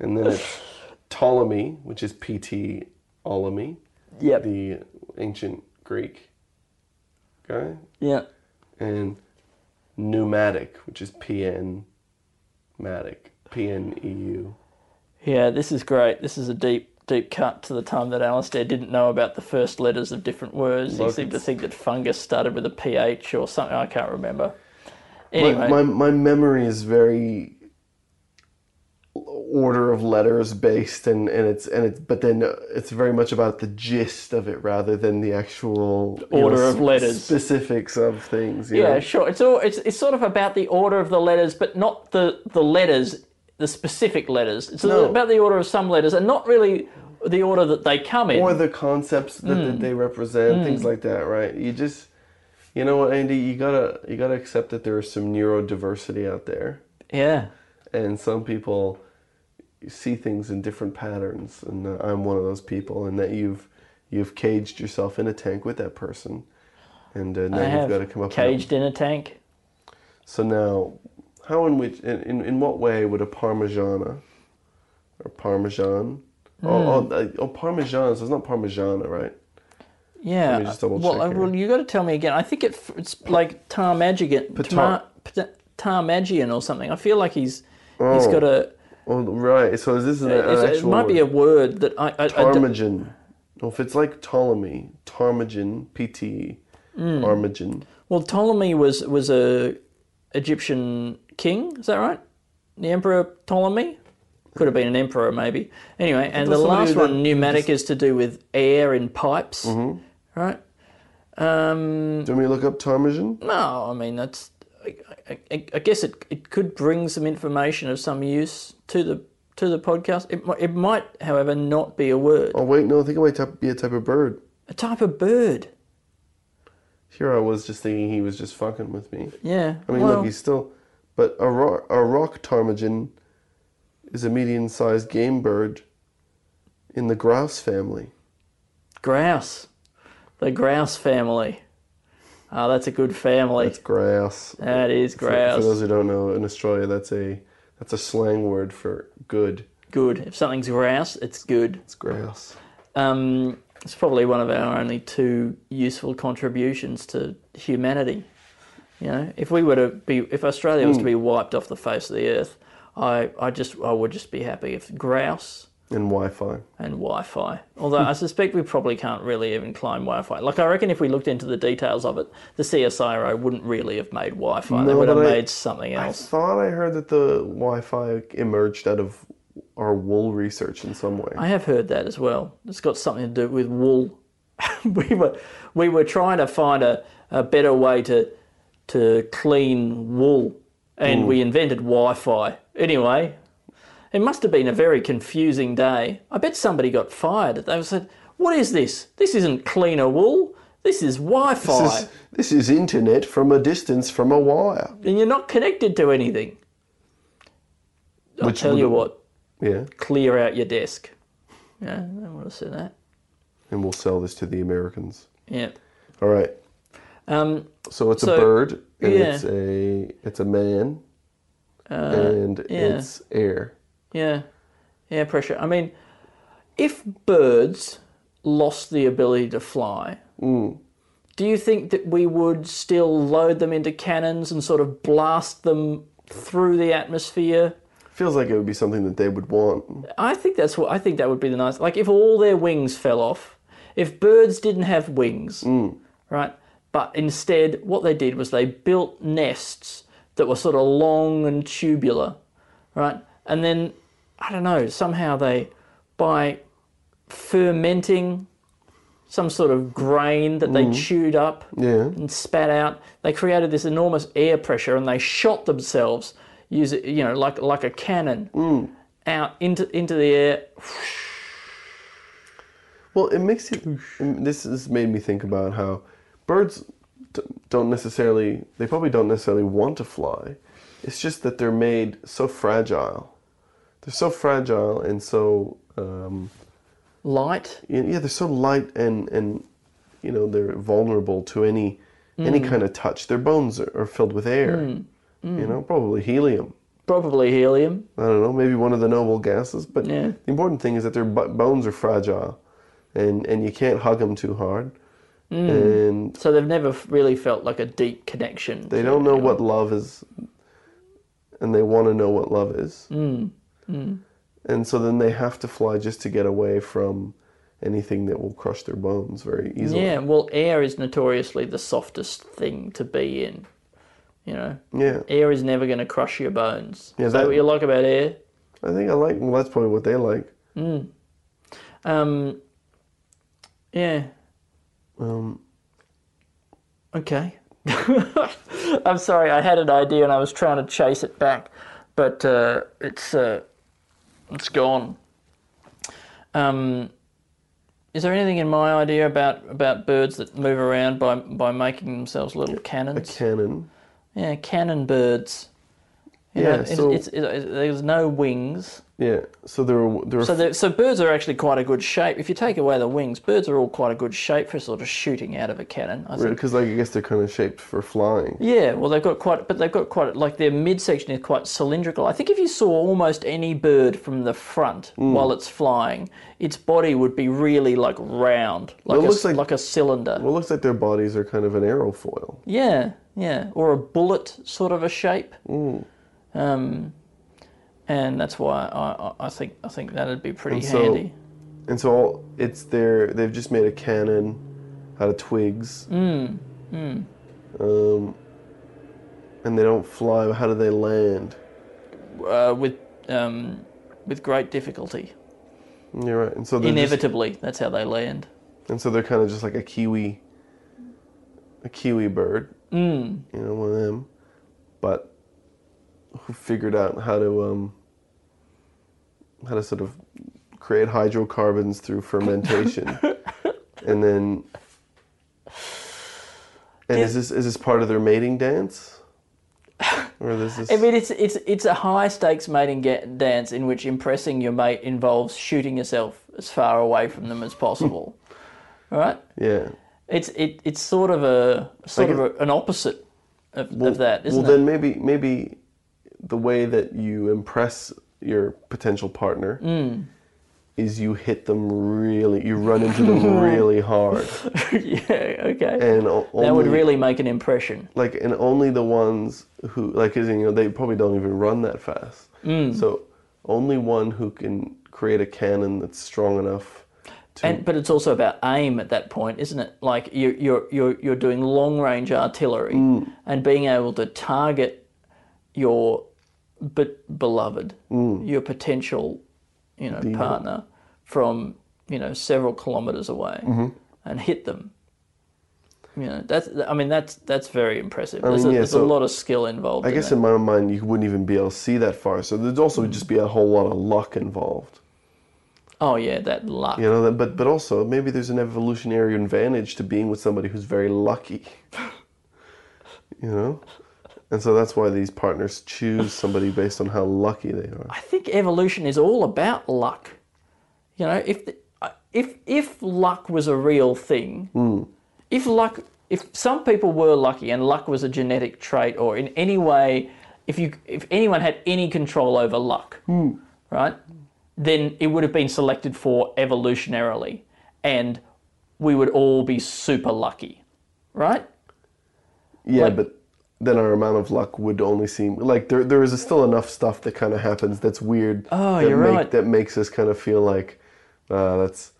[SPEAKER 4] And then it's Ptolemy, which is PT Ptolemy,
[SPEAKER 3] Yep.
[SPEAKER 4] the ancient Greek guy,
[SPEAKER 3] yeah.
[SPEAKER 4] and pneumatic, which is PN matic, E PNEU.
[SPEAKER 3] Yeah, this is great. This is a deep, deep cut to the time that Alistair didn't know about the first letters of different words. he
[SPEAKER 4] Look,
[SPEAKER 3] seemed to
[SPEAKER 4] it's-
[SPEAKER 3] think that fungus started with a PH or something. I can't remember. Anyway,
[SPEAKER 4] My, my my memory is very order of letters based, and, and it's and it's but then it's very much about the gist of it rather than the actual you
[SPEAKER 3] Order
[SPEAKER 4] know,
[SPEAKER 3] of
[SPEAKER 4] sp-
[SPEAKER 3] letters.
[SPEAKER 4] specifics of things. you
[SPEAKER 3] yeah,
[SPEAKER 4] know?
[SPEAKER 3] sure. It's all it's, it's sort of about the order of the letters, but not the the letters, the specific letters. It's
[SPEAKER 4] No.
[SPEAKER 3] about the order of some letters, and not really the order that they come in.
[SPEAKER 4] or the concepts that,
[SPEAKER 3] Hmm.
[SPEAKER 4] that they represent, things like that, right? You just, you know what, Andy, you gotta you gotta accept that there is some neurodiversity out there,
[SPEAKER 3] yeah,
[SPEAKER 4] and some people see things in different patterns, and uh, I'm one of those people, and that you've you've caged yourself in a tank with that person, and uh, now
[SPEAKER 3] I
[SPEAKER 4] you've
[SPEAKER 3] have
[SPEAKER 4] got to come up. with a-
[SPEAKER 3] caged in a tank.
[SPEAKER 4] So now, how in which in, in, in what way would a Parmigiana or Parmesan? Oh,
[SPEAKER 3] Hmm.
[SPEAKER 4] oh, uh, oh, Parmesan. So it's not Parmigiana, right?
[SPEAKER 3] Yeah.
[SPEAKER 4] me just double
[SPEAKER 3] well,
[SPEAKER 4] check
[SPEAKER 3] uh,
[SPEAKER 4] here.
[SPEAKER 3] well, you got to tell me again. I think it, f- it's like Tarmagian,
[SPEAKER 4] Pata-
[SPEAKER 3] Pta- Tarmagian or something. I feel like he's he's got a.
[SPEAKER 4] Oh, right. So is this an, an
[SPEAKER 3] it's- It
[SPEAKER 4] actual
[SPEAKER 3] might be a word that I. I, I d-
[SPEAKER 4] Ptarmigan. No, if it's like Ptolemy, Ptarmigan, PT,
[SPEAKER 3] Hmm.
[SPEAKER 4] Armigen.
[SPEAKER 3] well, Ptolemy was was a Egyptian king. Is that right? The emperor Ptolemy could have been an emperor, maybe. Anyway, and the
[SPEAKER 4] that's somebody
[SPEAKER 3] last
[SPEAKER 4] that-
[SPEAKER 3] one, pneumatic, is to do with air in pipes,
[SPEAKER 4] Mm-hmm.
[SPEAKER 3] right? Um,
[SPEAKER 4] Do you want me to look up Ptarmigan?
[SPEAKER 3] No, I mean that's. I, I- I, I guess it it could bring some information of some use to the to the podcast. It mi- it might, however, not be a word,
[SPEAKER 4] Oh, wait, no, I think it might type, be a type of bird.
[SPEAKER 3] a type of bird.
[SPEAKER 4] Here I was just thinking he was just fucking with me.
[SPEAKER 3] Yeah.
[SPEAKER 4] I mean,
[SPEAKER 3] well,
[SPEAKER 4] look, he's still. But a, ro- a rock ptarmigan is a medium sized game bird in the grouse family.
[SPEAKER 3] Grouse. The grouse family. Oh, that's a good family.
[SPEAKER 4] That's grouse.
[SPEAKER 3] That is
[SPEAKER 4] For- For,
[SPEAKER 3] grouse.
[SPEAKER 4] those who don't know, in Australia, that's a that's a slang word for good.
[SPEAKER 3] Good. If something's grouse, it's good.
[SPEAKER 4] It's grouse.
[SPEAKER 3] Um, it's probably one of our only two useful contributions to humanity. You know, if we were to be, if Australia was to
[SPEAKER 4] Hmm.
[SPEAKER 3] be wiped off the face of the earth, I, I just, I would just be happy if grouse
[SPEAKER 4] And Wi-Fi.
[SPEAKER 3] and Wi-Fi. Although I suspect we probably can't really even claim Wi-Fi. Like I reckon if we looked into the details of it, the CSIRO wouldn't really have made Wi-Fi. they
[SPEAKER 4] No,
[SPEAKER 3] would have
[SPEAKER 4] but I-
[SPEAKER 3] made something
[SPEAKER 4] I
[SPEAKER 3] else.
[SPEAKER 4] thought I heard that the Wi-Fi emerged out of our wool research in some way.
[SPEAKER 3] I have heard that as well. It's got something to do with wool. we were we were trying to find a, a better way to to clean wool, and
[SPEAKER 4] Mm.
[SPEAKER 3] we invented Wi-Fi. Anyway, it must have been a very confusing day. I bet somebody got fired. They said, "What is this? This isn't cleaner wool. This is Wi-Fi,
[SPEAKER 4] This is, this is internet from a distance from a wire.
[SPEAKER 3] and you're not connected to anything." I'll
[SPEAKER 4] Which
[SPEAKER 3] tell
[SPEAKER 4] would-
[SPEAKER 3] you what,
[SPEAKER 4] Yeah,
[SPEAKER 3] clear out your desk. Yeah, I would have said that.
[SPEAKER 4] and we'll sell this to the Americans.
[SPEAKER 3] Yeah.
[SPEAKER 4] All right.
[SPEAKER 3] Um,
[SPEAKER 4] So it's
[SPEAKER 3] So,
[SPEAKER 4] a bird, and
[SPEAKER 3] yeah. Uh,
[SPEAKER 4] it's a it's a man, and
[SPEAKER 3] yeah.
[SPEAKER 4] it's air.
[SPEAKER 3] Yeah, yeah, pressure. I mean, if birds lost the ability to fly, do you think that we would still load them into cannons and sort of blast them through the atmosphere?
[SPEAKER 4] Feels like it would be something that they would want.
[SPEAKER 3] I think that's what I think that would be the nice. Like if all their wings fell off, if birds didn't have wings, right? But instead, what they did was they built nests that were sort of long and tubular, right? And then I don't know. Somehow they by fermenting some sort of grain that they chewed up
[SPEAKER 4] Mm. Yeah.
[SPEAKER 3] and spat out. They created this enormous air pressure, and they shot themselves, use it, you know, like like a cannon,
[SPEAKER 4] Mm.
[SPEAKER 3] out into into the air.
[SPEAKER 4] Well, it makes it. This has made me think about how birds d- don't necessarily. They probably don't necessarily want to fly. It's just that they're made so fragile. They're so fragile and so. Um,
[SPEAKER 3] Light.
[SPEAKER 4] y- yeah, they're so light and and you know they're vulnerable to any any kind of touch. Their bones are, are filled with air. You know, probably helium.
[SPEAKER 3] Probably helium.
[SPEAKER 4] I don't know, maybe one of the noble gases. But
[SPEAKER 3] Yeah.
[SPEAKER 4] the important thing is that their bu- bones are fragile, and and you can't hug them too hard, and
[SPEAKER 3] So they've never f- really felt like a deep connection.
[SPEAKER 4] they don't know what love is, and they want to know what love is, and so then they have to fly just to get away from anything that will crush their bones very easily.
[SPEAKER 3] Yeah. Well, air is notoriously the softest thing to be in. You know,
[SPEAKER 4] Yeah.
[SPEAKER 3] air is never going to crush your bones.
[SPEAKER 4] Yeah,
[SPEAKER 3] is that
[SPEAKER 4] that-
[SPEAKER 3] what you like about air?
[SPEAKER 4] I think I like. Well, that's probably what they like.
[SPEAKER 3] Um, yeah. Um. Okay. I'm sorry. I had an idea and I was trying to chase it back, but uh, it's uh, it's gone. Um, is there anything in my idea about about birds that move around by by making themselves little
[SPEAKER 4] A
[SPEAKER 3] cannons?
[SPEAKER 4] cannon.
[SPEAKER 3] Yeah, cannon birds. You
[SPEAKER 4] Yeah,
[SPEAKER 3] know, it's,
[SPEAKER 4] so-
[SPEAKER 3] it's, it's- there's no wings.
[SPEAKER 4] Yeah. So there are there are
[SPEAKER 3] So, the, so birds are actually quite a good shape. If you take away the wings, birds are all quite a good shape for sort of shooting out of a cannon. I think.
[SPEAKER 4] because like I guess they're kind of shaped for flying.
[SPEAKER 3] Yeah, well, they've got quite, but they've got quite like their midsection is quite cylindrical. I think if you saw almost any bird from the front
[SPEAKER 4] Hmm.
[SPEAKER 3] while it's flying, its body would be really like round, like
[SPEAKER 4] it
[SPEAKER 3] a,
[SPEAKER 4] looks
[SPEAKER 3] like,
[SPEAKER 4] like-
[SPEAKER 3] a cylinder.
[SPEAKER 4] Well, it looks like their bodies are kind of an aerofoil.
[SPEAKER 3] Yeah, yeah, or a bullet sort of a shape.
[SPEAKER 4] Mm.
[SPEAKER 3] Um, and that's why I, I, I think I think that'd be pretty
[SPEAKER 4] And so-
[SPEAKER 3] handy.
[SPEAKER 4] And so all, it's their they've just made a cannon out of twigs. Mm. Mm. Um, and they don't fly. How do they land?
[SPEAKER 3] uh, with um, with great difficulty.
[SPEAKER 4] You're right. And so they're just-
[SPEAKER 3] Inevitably, that's how they land.
[SPEAKER 4] and so they're kind of just like a kiwi, a kiwi bird. Mm. You know, one of them, but who figured out how to um, how to sort of create hydrocarbons through fermentation, and then. And is this is this part of their mating dance? Or this is
[SPEAKER 3] I mean, it's it's it's a high stakes mating ga- dance in which impressing your mate involves shooting yourself as far away from them as possible.
[SPEAKER 4] Hmm.
[SPEAKER 3] right?
[SPEAKER 4] yeah.
[SPEAKER 3] It's it it's sort of a sort
[SPEAKER 4] Like
[SPEAKER 3] of a, an opposite of, of that, isn't
[SPEAKER 4] well,
[SPEAKER 3] it?
[SPEAKER 4] then maybe maybe the way that you impress your potential partner
[SPEAKER 3] Hmm.
[SPEAKER 4] is you hit them really, you run into them really hard,
[SPEAKER 3] yeah. Okay.
[SPEAKER 4] and o- only,
[SPEAKER 3] that would really make an impression.
[SPEAKER 4] like and only the ones who like 'cause, you know they probably don't even run that fast.
[SPEAKER 3] Hmm.
[SPEAKER 4] So only one who can create a cannon that's strong enough. To,
[SPEAKER 3] And but it's also about aim at that point, isn't it? Like you're you're you're, you're doing long range artillery
[SPEAKER 4] Mm.
[SPEAKER 3] and being able to target your be- beloved,
[SPEAKER 4] Mm.
[SPEAKER 3] your potential, you know, partner from you know several kilometers away
[SPEAKER 4] Mm-hmm.
[SPEAKER 3] and hit them. You know, that's I mean that's that's very impressive. There's,
[SPEAKER 4] mean,
[SPEAKER 3] a,
[SPEAKER 4] yeah,
[SPEAKER 3] there's
[SPEAKER 4] so-
[SPEAKER 3] a lot of skill involved.
[SPEAKER 4] I
[SPEAKER 3] in
[SPEAKER 4] guess
[SPEAKER 3] that.
[SPEAKER 4] in my mind you wouldn't even be able to see that far. So there'd also just be a whole lot of luck involved.
[SPEAKER 3] oh yeah, that luck.
[SPEAKER 4] You know, that- but but also maybe there's an evolutionary advantage to being with somebody who's very lucky. you know, and so that's why these partners choose somebody based on how lucky they are.
[SPEAKER 3] I think evolution is all about luck. You know, if the, I- if if luck was a real thing, if luck, if some people were lucky and luck was a genetic trait, or in any way, if you if anyone had any control over luck, right, then it would have been selected for evolutionarily, and we would all be super lucky, right?
[SPEAKER 4] Yeah,
[SPEAKER 3] Like-
[SPEAKER 4] but then our amount of luck would only seem like there there is still enough stuff that kind of happens that's weird.
[SPEAKER 3] Oh,
[SPEAKER 4] that
[SPEAKER 3] you're
[SPEAKER 4] make,
[SPEAKER 3] right.
[SPEAKER 4] That makes us kind of feel like uh, that's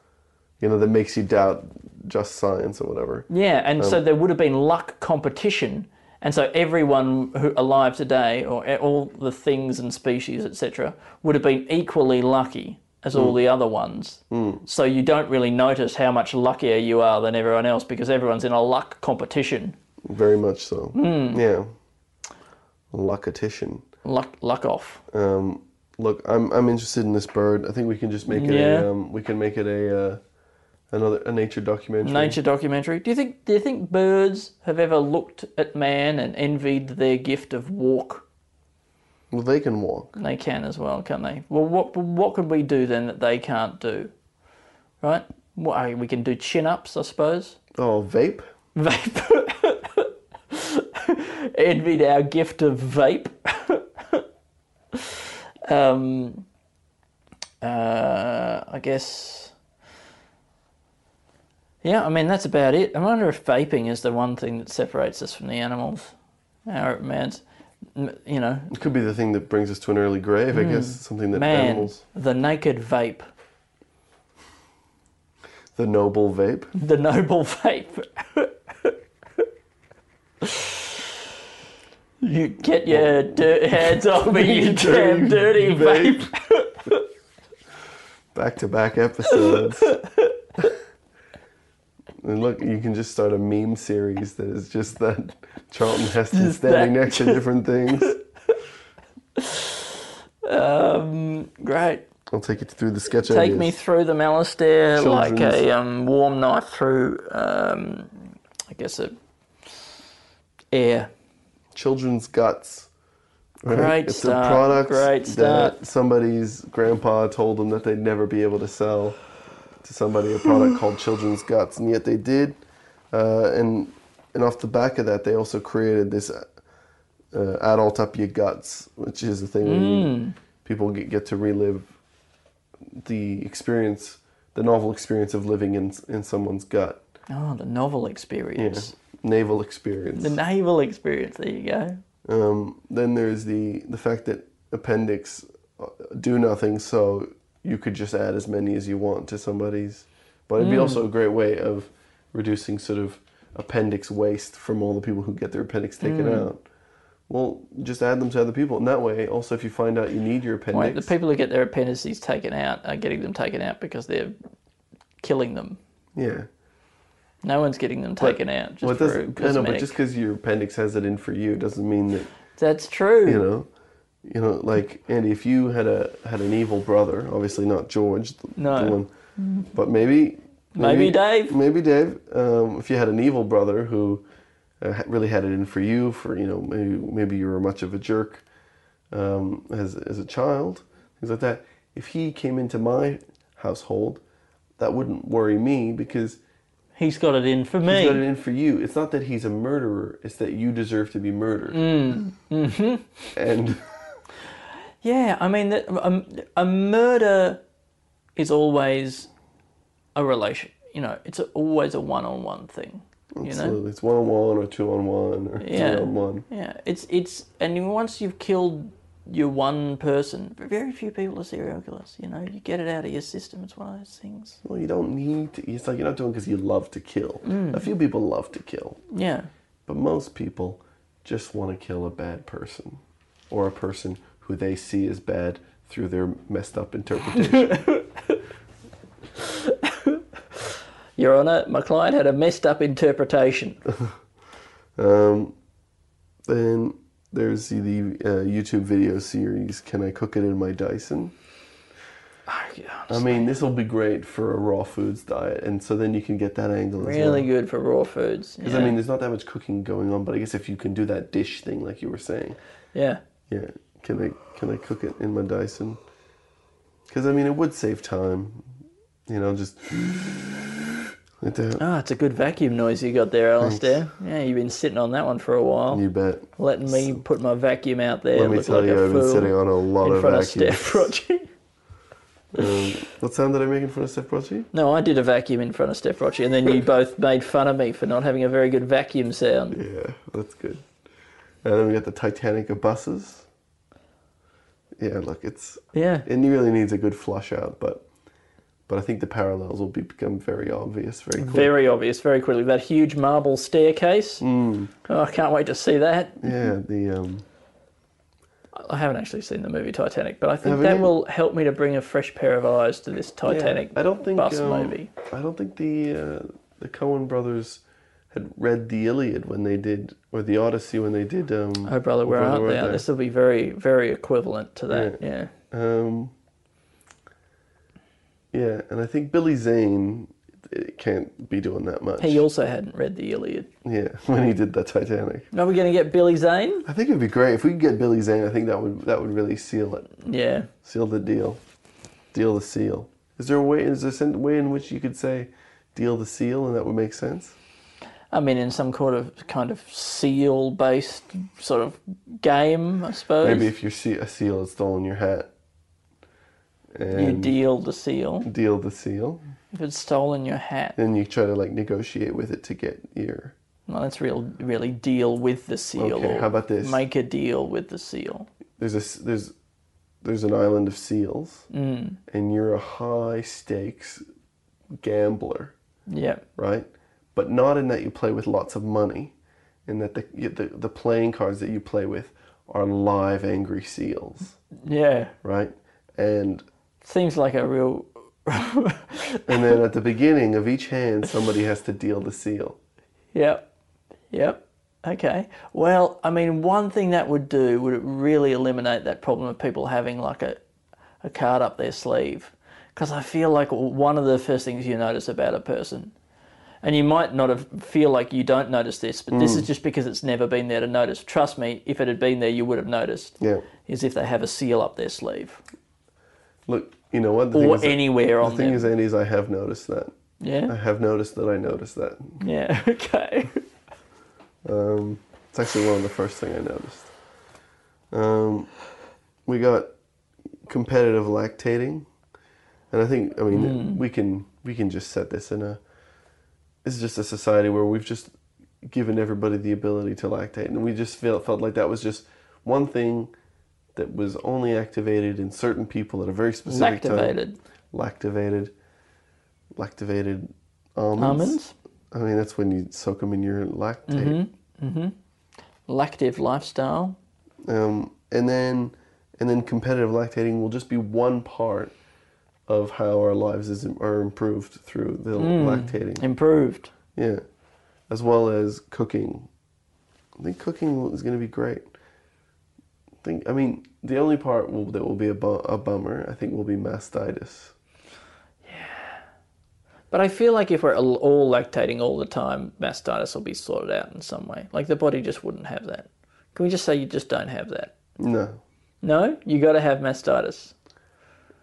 [SPEAKER 4] you know that makes you doubt just science or whatever.
[SPEAKER 3] Yeah, and so there would have been luck competition, and so everyone who alive today, or a- all the things and species, etc., would have been equally lucky as all the other ones. So you don't really notice how much luckier you are than everyone else because everyone's in a luck competition.
[SPEAKER 4] Very much so.
[SPEAKER 3] Hmm.
[SPEAKER 4] Yeah, lucketition.
[SPEAKER 3] Luck, luck off.
[SPEAKER 4] Um, look, I'm I'm interested in this bird. I think we can just make it
[SPEAKER 3] Yeah.
[SPEAKER 4] a um, we can make it a uh, another a nature documentary.
[SPEAKER 3] Nature documentary. Do you think? Do you think birds have ever looked at man and envied their gift of walk?
[SPEAKER 4] Well, they can walk.
[SPEAKER 3] They can as well, can't they? Well, what what could we do then that they can't do? Right? Well, I- we can do chin ups, I suppose.
[SPEAKER 4] Oh, vape.
[SPEAKER 3] Vape. Envied our gift of vape. um, uh, I guess. Yeah, I mean that's about it. I wonder if vaping is the one thing that separates us from the animals, our man's, m- you know,
[SPEAKER 4] It could be the thing that brings us to an early grave. I guess something that
[SPEAKER 3] Hmm. man,
[SPEAKER 4] animals.
[SPEAKER 3] the naked vape.
[SPEAKER 4] The noble vape.
[SPEAKER 3] the noble vape. you get your dirt hands off me, you damn dirty vape.
[SPEAKER 4] Back to back episodes. and look, you can just start a meme series that is just that Charlton Heston
[SPEAKER 3] Just
[SPEAKER 4] standing
[SPEAKER 3] that.
[SPEAKER 4] next to different things.
[SPEAKER 3] Um, great.
[SPEAKER 4] I'll take you through the sketch
[SPEAKER 3] Take
[SPEAKER 4] ideas.
[SPEAKER 3] me through them, Alistair, like
[SPEAKER 4] Children's-
[SPEAKER 3] a um, warm knife through, um, I guess, a air.
[SPEAKER 4] children's guts. right?
[SPEAKER 3] Great
[SPEAKER 4] it's
[SPEAKER 3] start,
[SPEAKER 4] a product
[SPEAKER 3] great
[SPEAKER 4] that
[SPEAKER 3] start.
[SPEAKER 4] somebody's grandpa told them that they'd never be able to sell to somebody a product called children's guts, and yet they did. Uh, and and off the back of that, they also created this uh, uh, adult up your guts, which is the thing where
[SPEAKER 3] Hmm.
[SPEAKER 4] you, people get, get to relive the experience, the novel experience of living in in someone's gut,
[SPEAKER 3] Oh, the novel
[SPEAKER 4] you know,
[SPEAKER 3] experience.
[SPEAKER 4] naval experience.
[SPEAKER 3] The naval experience, there you go.
[SPEAKER 4] Um, then there's the the fact that appendix uh, do nothing, so you could just add as many as you want to somebody's. But it'd be
[SPEAKER 3] Hmm.
[SPEAKER 4] also a great way of reducing sort of appendix waste from all the people who get their appendix taken
[SPEAKER 3] Hmm.
[SPEAKER 4] out. Well, just add them to other people, and that way, also, if you find out you need your appendix,
[SPEAKER 3] Wait, the people who get their appendices taken out are getting them taken out because they're killing them.
[SPEAKER 4] yeah.
[SPEAKER 3] No one's getting them taken out. Just
[SPEAKER 4] Well, it
[SPEAKER 3] for
[SPEAKER 4] doesn't, I know, but
[SPEAKER 3] cosmetic.
[SPEAKER 4] just because your appendix has it in for you doesn't mean that
[SPEAKER 3] That's true.
[SPEAKER 4] you know you know like andy if you had a had an evil brother obviously not george the,
[SPEAKER 3] No.
[SPEAKER 4] the one but maybe
[SPEAKER 3] Maybe Dave.
[SPEAKER 4] maybe dave um, if you had an evil brother who uh, ha- really had it in for you for you know maybe maybe you were much of a jerk um, as as a child things like that. If he came into my household, that wouldn't worry me because
[SPEAKER 3] He's got it in for me.
[SPEAKER 4] he's got it in for you. It's not that he's a murderer; it's that you deserve to be murdered.
[SPEAKER 3] Mm. Mm-hmm.
[SPEAKER 4] And
[SPEAKER 3] Yeah, I mean, that- a, a murder is always a relation. You know, it's always a one-on-one thing. You know,
[SPEAKER 4] so it's one on one or two on one or
[SPEAKER 3] Yeah.
[SPEAKER 4] three on one.
[SPEAKER 3] yeah, it's it's and once you've killed your one person, very few people are serial killers. You know, you get it out of your system. It's one of those things.
[SPEAKER 4] Well, you don't need to. It's like you're not doing because you love to kill.
[SPEAKER 3] Mm.
[SPEAKER 4] A few people love to kill,
[SPEAKER 3] Yeah,
[SPEAKER 4] but most people just want to kill a bad person or a person who they see as bad through their messed up interpretation.
[SPEAKER 3] Your Honour, my client had a messed up interpretation.
[SPEAKER 4] Oh, um, then there's the uh, YouTube video series "Can I Cook It in My Dyson?" I mean, this will be great for a raw foods diet, and so then you can get that angle. as well.
[SPEAKER 3] really good for raw foods.
[SPEAKER 4] Because I mean, there's not that much cooking going on, but I guess if you can do that dish thing, like you were saying,
[SPEAKER 3] yeah,
[SPEAKER 4] yeah, can I can I cook it in my Dyson? Because I mean, it would save time, you know, just like that.
[SPEAKER 3] ah, it's a good vacuum noise you got there, Alistair. Yeah, you've been sitting on that one for a while.
[SPEAKER 4] You bet.
[SPEAKER 3] letting me put my vacuum out there.
[SPEAKER 4] Let me
[SPEAKER 3] Oh. look
[SPEAKER 4] tell
[SPEAKER 3] like
[SPEAKER 4] you,
[SPEAKER 3] a
[SPEAKER 4] I've been
[SPEAKER 3] fool
[SPEAKER 4] sitting on a lot
[SPEAKER 3] in
[SPEAKER 4] of
[SPEAKER 3] front
[SPEAKER 4] vacuums.
[SPEAKER 3] of Steph Roche.
[SPEAKER 4] Um, what sound did I make in front of Steph Brodsky?
[SPEAKER 3] no, I did a vacuum in front of Steph Roche, and then you both made fun of me for not having a very good vacuum sound.
[SPEAKER 4] Yeah, that's good. And then we got the Titanic of buses. Yeah, look, it's
[SPEAKER 3] Yeah,
[SPEAKER 4] it really needs a good flush out, but but I think the parallels will be, become very obvious very quickly.
[SPEAKER 3] very obvious, very quickly. That huge marble staircase.
[SPEAKER 4] Hmm.
[SPEAKER 3] Oh, I can't wait to see that.
[SPEAKER 4] Yeah, the um,
[SPEAKER 3] I haven't actually seen the movie Titanic, but I think
[SPEAKER 4] Haven't
[SPEAKER 3] that
[SPEAKER 4] you?
[SPEAKER 3] will help me to bring a fresh pair of eyes to this
[SPEAKER 4] yeah,
[SPEAKER 3] Titanic
[SPEAKER 4] I don't think
[SPEAKER 3] bus
[SPEAKER 4] um,
[SPEAKER 3] movie.
[SPEAKER 4] I don't think the uh, the Cohen brothers had read the Iliad when they did, or the Odyssey when they did. Um,
[SPEAKER 3] Oh, brother, where art thou? This will be very, very equivalent to that.
[SPEAKER 4] Yeah.
[SPEAKER 3] yeah.
[SPEAKER 4] Um, yeah, and I think Billy Zane it can't be doing that much.
[SPEAKER 3] He also hadn't read the Iliad.
[SPEAKER 4] yeah, when he did the Titanic,
[SPEAKER 3] Are we going to get Billy Zane?
[SPEAKER 4] I think it'd be great if we could get Billy Zane. I think that would that would really seal it.
[SPEAKER 3] Yeah.
[SPEAKER 4] Seal the deal. Deal the seal. Is there a way? Is there a way in which you could say, "Deal the seal," and that would make sense?
[SPEAKER 3] I mean, in some kind of kind of seal-based sort of game, I suppose.
[SPEAKER 4] Maybe if your se- a seal has stolen your hat,
[SPEAKER 3] you
[SPEAKER 4] and
[SPEAKER 3] deal the seal.
[SPEAKER 4] deal the seal,
[SPEAKER 3] If it's stolen your hat,
[SPEAKER 4] then you try to like negotiate with it to get your.
[SPEAKER 3] well, that's real. Really, deal with the seal.
[SPEAKER 4] Okay,
[SPEAKER 3] or
[SPEAKER 4] how about this?
[SPEAKER 3] Make a deal with the seal.
[SPEAKER 4] There's a s- there's there's an island of seals, and you're a high stakes gambler,
[SPEAKER 3] Yeah.
[SPEAKER 4] right? But not in that you play with lots of money, in that the you- the, the playing cards that you play with are live angry seals,
[SPEAKER 3] Yeah.
[SPEAKER 4] right? And
[SPEAKER 3] Seems like a real.
[SPEAKER 4] and then at the beginning of each hand, somebody has to deal the seal.
[SPEAKER 3] Yep. Yep. Okay. Well, I mean, one thing that would do would it really eliminate that problem of people having like a, a card up their sleeve. Because I feel like one of the first things you notice about a person, and you might not have feel like you don't notice this, but
[SPEAKER 4] Mm.
[SPEAKER 3] this is just because it's never been there to notice. Trust me, if it had been there, you would have noticed.
[SPEAKER 4] Yeah.
[SPEAKER 3] Is if they have a seal up their sleeve
[SPEAKER 4] Look, you know what? The
[SPEAKER 3] or
[SPEAKER 4] is that-
[SPEAKER 3] anywhere
[SPEAKER 4] the
[SPEAKER 3] on
[SPEAKER 4] thing
[SPEAKER 3] them.
[SPEAKER 4] is, Andy, is I have noticed that. I
[SPEAKER 3] yeah.
[SPEAKER 4] have noticed that I noticed that.
[SPEAKER 3] Yeah. Okay.
[SPEAKER 4] Um, it's actually one of the first thing I noticed. Um, we got competitive lactating, and I think I mean we can we can just set this in a. This is just a society where we've just given everybody the ability to lactate, and we just felt felt like that was just one thing that was only activated in certain people at a very specific
[SPEAKER 3] Lactivated.
[SPEAKER 4] time. Lactivated. Lactivated. Almonds.
[SPEAKER 3] Almonds.
[SPEAKER 4] I mean, that's when you soak them in your lactate.
[SPEAKER 3] Lactive lifestyle.
[SPEAKER 4] um, and then and then competitive lactating will just be one part of how our lives is, are improved through the lactating.
[SPEAKER 3] Improved.
[SPEAKER 4] Yeah, as well as cooking. I think cooking is going to be great. I think I mean the only part will, that will be a, bu- a bummer I think will be mastitis.
[SPEAKER 3] But I feel like if we're all- all lactating all the time, mastitis will be sorted out in some way. Like the body just wouldn't have that. Can we just say you just don't have that?
[SPEAKER 4] No.
[SPEAKER 3] No, you got to have mastitis.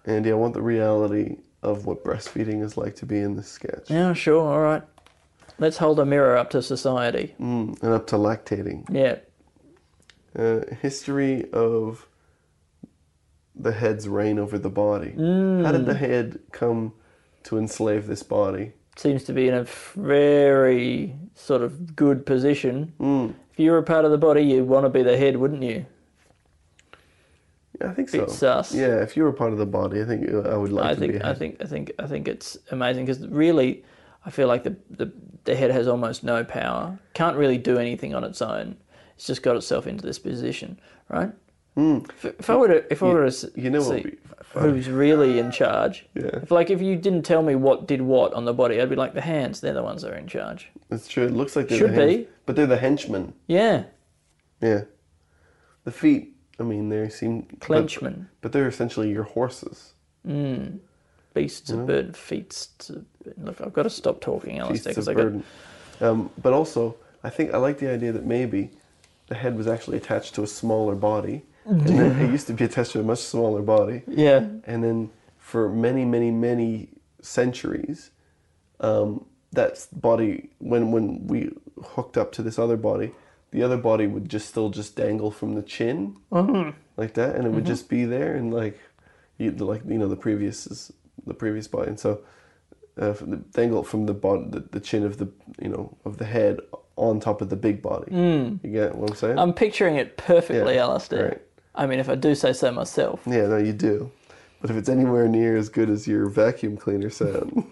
[SPEAKER 4] Andy, I want the reality of what breastfeeding is like to be in this sketch.
[SPEAKER 3] Yeah, sure, all right. Let's hold a mirror up to society.
[SPEAKER 4] Mm, and up to lactating.
[SPEAKER 3] Yeah.
[SPEAKER 4] Uh, history of the head's reign over the body.
[SPEAKER 3] Mm.
[SPEAKER 4] How did the head come to enslave this body?
[SPEAKER 3] seems to be in a very sort of good position. If you were a part of the body, you'd want to be the head, wouldn't you?
[SPEAKER 4] Yeah, I think
[SPEAKER 3] Bit
[SPEAKER 4] so.
[SPEAKER 3] sus.
[SPEAKER 4] Yeah, if you were part of the body, I think uh, I would like
[SPEAKER 3] I
[SPEAKER 4] to be.
[SPEAKER 3] think
[SPEAKER 4] a
[SPEAKER 3] I
[SPEAKER 4] head.
[SPEAKER 3] think I think I think it's amazing because really, I feel like the, the the head has almost no power. Can't really do anything on its own. It's just got itself into this position, right? If, if I were to, if I were to, s-
[SPEAKER 4] Hmm. you know what
[SPEAKER 3] see
[SPEAKER 4] would be
[SPEAKER 3] who's really in charge?
[SPEAKER 4] Yeah.
[SPEAKER 3] If like if you didn't tell me what did what on the body, I'd be like the hands. They're the ones that are in charge.
[SPEAKER 4] It's true. It looks like they're
[SPEAKER 3] Should
[SPEAKER 4] the hench-
[SPEAKER 3] be.
[SPEAKER 4] but they're the henchmen.
[SPEAKER 3] Yeah,
[SPEAKER 4] Yeah, the feet. I mean, they seem but-
[SPEAKER 3] Clenchmen.
[SPEAKER 4] but, they're essentially your horses.
[SPEAKER 3] beasts of burden, feasts. Of, look, I've got to stop talking, Alistair,
[SPEAKER 4] Beasts
[SPEAKER 3] because
[SPEAKER 4] of
[SPEAKER 3] I got
[SPEAKER 4] burden. Um, but also, I think I like the idea that maybe the head was actually attached to a smaller body. and then it used to be attached to a much smaller body.
[SPEAKER 3] yeah.
[SPEAKER 4] And then for many, many, many centuries, um, that body, when, when we hooked up to this other body, the other body would just still just dangle from the chin like that, and it would just be there, and like, you, like you know, the previous is the previous body, and so uh, from the, dangle from the bottom, the, the chin of the you know of the head on top of the big body. You get what I'm saying?
[SPEAKER 3] I'm picturing it perfectly,
[SPEAKER 4] Yeah,
[SPEAKER 3] Alistair.
[SPEAKER 4] right.
[SPEAKER 3] I mean, if I do say so myself.
[SPEAKER 4] Yeah, no, you do. But if it's anywhere near as good as your vacuum cleaner sound,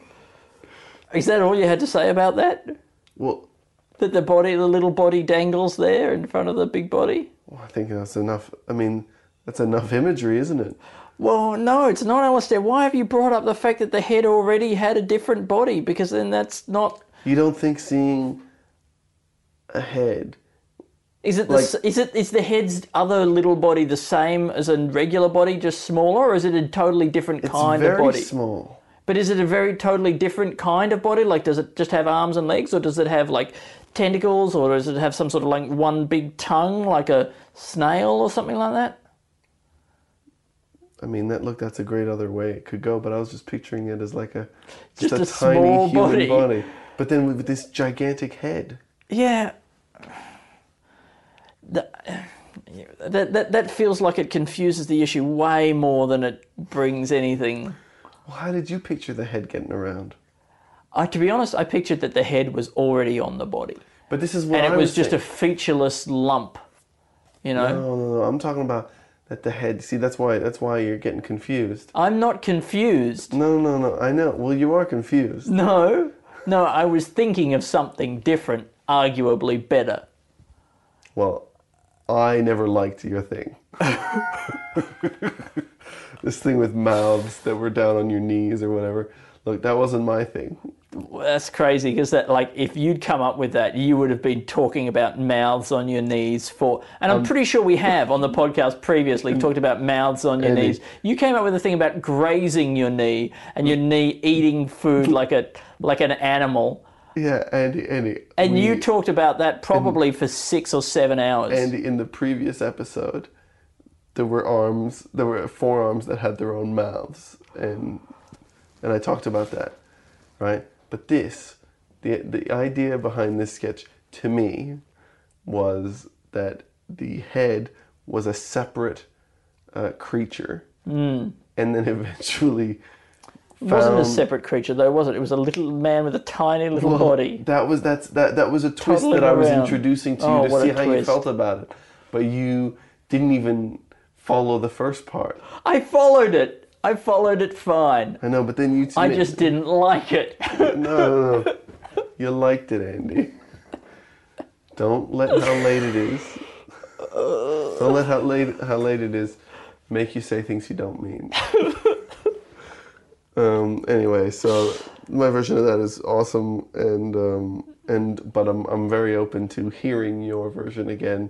[SPEAKER 3] Is that all you had to say about that?
[SPEAKER 4] well,
[SPEAKER 3] That the body, the little body dangles there in front of the big body?
[SPEAKER 4] well, I think that's enough. I mean, that's enough imagery, isn't it?
[SPEAKER 3] Well, no, it's not, Alistair. Why have you brought up the fact that the head already had a different body? Because then that's not.
[SPEAKER 4] You don't think seeing a head?
[SPEAKER 3] Is it the,
[SPEAKER 4] Like-
[SPEAKER 3] s is it is the head's other little body the same as a regular body, just smaller, or is it a totally different
[SPEAKER 4] It's
[SPEAKER 3] kind
[SPEAKER 4] very
[SPEAKER 3] of body?
[SPEAKER 4] small.
[SPEAKER 3] But is it a very totally different kind of body? Like, does it just have arms and legs, or does it have like tentacles, or does it have some sort of like one big tongue, like a snail or something like that?
[SPEAKER 4] I mean, that look, that's a great other way it could go, but I was just picturing it as like a
[SPEAKER 3] Just
[SPEAKER 4] just, a,
[SPEAKER 3] a
[SPEAKER 4] tiny
[SPEAKER 3] small
[SPEAKER 4] human
[SPEAKER 3] body.
[SPEAKER 4] body. But then with this gigantic head.
[SPEAKER 3] Yeah. The- That, that, that feels like it confuses the issue way more than it brings anything.
[SPEAKER 4] Well, how did you picture the head getting around?
[SPEAKER 3] I, to be honest, I pictured that the head was already on the body,
[SPEAKER 4] But this is what
[SPEAKER 3] and
[SPEAKER 4] I
[SPEAKER 3] it was just
[SPEAKER 4] thinking.
[SPEAKER 3] a featureless lump. You know,
[SPEAKER 4] No, no, no. I'm talking about that the head. See, that's why that's why you're getting confused.
[SPEAKER 3] I'm not confused.
[SPEAKER 4] No, no, no. I know. Well, you are confused.
[SPEAKER 3] No, no, I was thinking of something different, arguably better.
[SPEAKER 4] Well, I never liked your thing. this thing with mouths that were down on your knees or whatever. Look, that wasn't my thing.
[SPEAKER 3] Well, That's crazy because that, like, if you'd come up with that, you would have been talking about mouths on your knees for, and
[SPEAKER 4] Um,
[SPEAKER 3] I'm pretty sure we have on the podcast previously talked about mouths on your
[SPEAKER 4] Andy.
[SPEAKER 3] knees. You came up with a thing about grazing your knee and
[SPEAKER 4] Mm.
[SPEAKER 3] your knee eating food like a like an animal,
[SPEAKER 4] Yeah, Andy, Andy.
[SPEAKER 3] and
[SPEAKER 4] we-
[SPEAKER 3] you talked about that probably for six or seven hours.
[SPEAKER 4] Andy, in the previous episode, there were arms, there were forearms that had their own mouths, and and I talked about that, right? But this, the the idea behind this sketch to me was that the head was a separate uh, creature,
[SPEAKER 3] Mm.
[SPEAKER 4] and then eventually
[SPEAKER 3] it wasn't a
[SPEAKER 4] found-
[SPEAKER 3] separate creature though, was it? It was a little man with a tiny little
[SPEAKER 4] um, Well,
[SPEAKER 3] body.
[SPEAKER 4] That was that's that that was a twist
[SPEAKER 3] Toddling
[SPEAKER 4] that I was
[SPEAKER 3] around.
[SPEAKER 4] introducing to you
[SPEAKER 3] Oh,
[SPEAKER 4] to
[SPEAKER 3] what a
[SPEAKER 4] see how you
[SPEAKER 3] twist.
[SPEAKER 4] felt about it, but you didn't even follow the first part.
[SPEAKER 3] I followed it. I followed it fine.
[SPEAKER 4] I know, but then you.
[SPEAKER 3] I
[SPEAKER 4] ma-
[SPEAKER 3] just didn't like it.
[SPEAKER 4] no, no, no. You liked it, Andy. Don't let how late it is. Don't let how late how late it is make you say things you don't mean. um. Anyway, so my version of that is awesome, and um, and but I'm I'm very open to hearing your version again,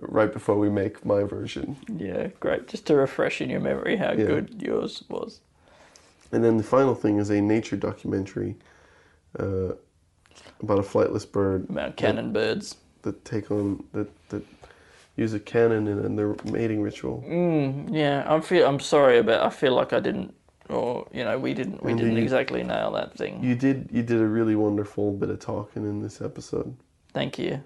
[SPEAKER 4] right before we make my version.
[SPEAKER 3] yeah, great. Just to refresh in your memory how good yours was.
[SPEAKER 4] And then the final thing is a nature documentary uh, about a flightless bird
[SPEAKER 3] Mount Cannon birds.
[SPEAKER 4] that take on that that use a cannon in, in their mating ritual.
[SPEAKER 3] Yeah, I'm feel I'm sorry about. I feel like I didn't, or you know, we didn't we
[SPEAKER 4] Andy,
[SPEAKER 3] didn't
[SPEAKER 4] you-
[SPEAKER 3] exactly nail that thing.
[SPEAKER 4] You did you did a really wonderful bit of talking in this episode.
[SPEAKER 3] Thank you.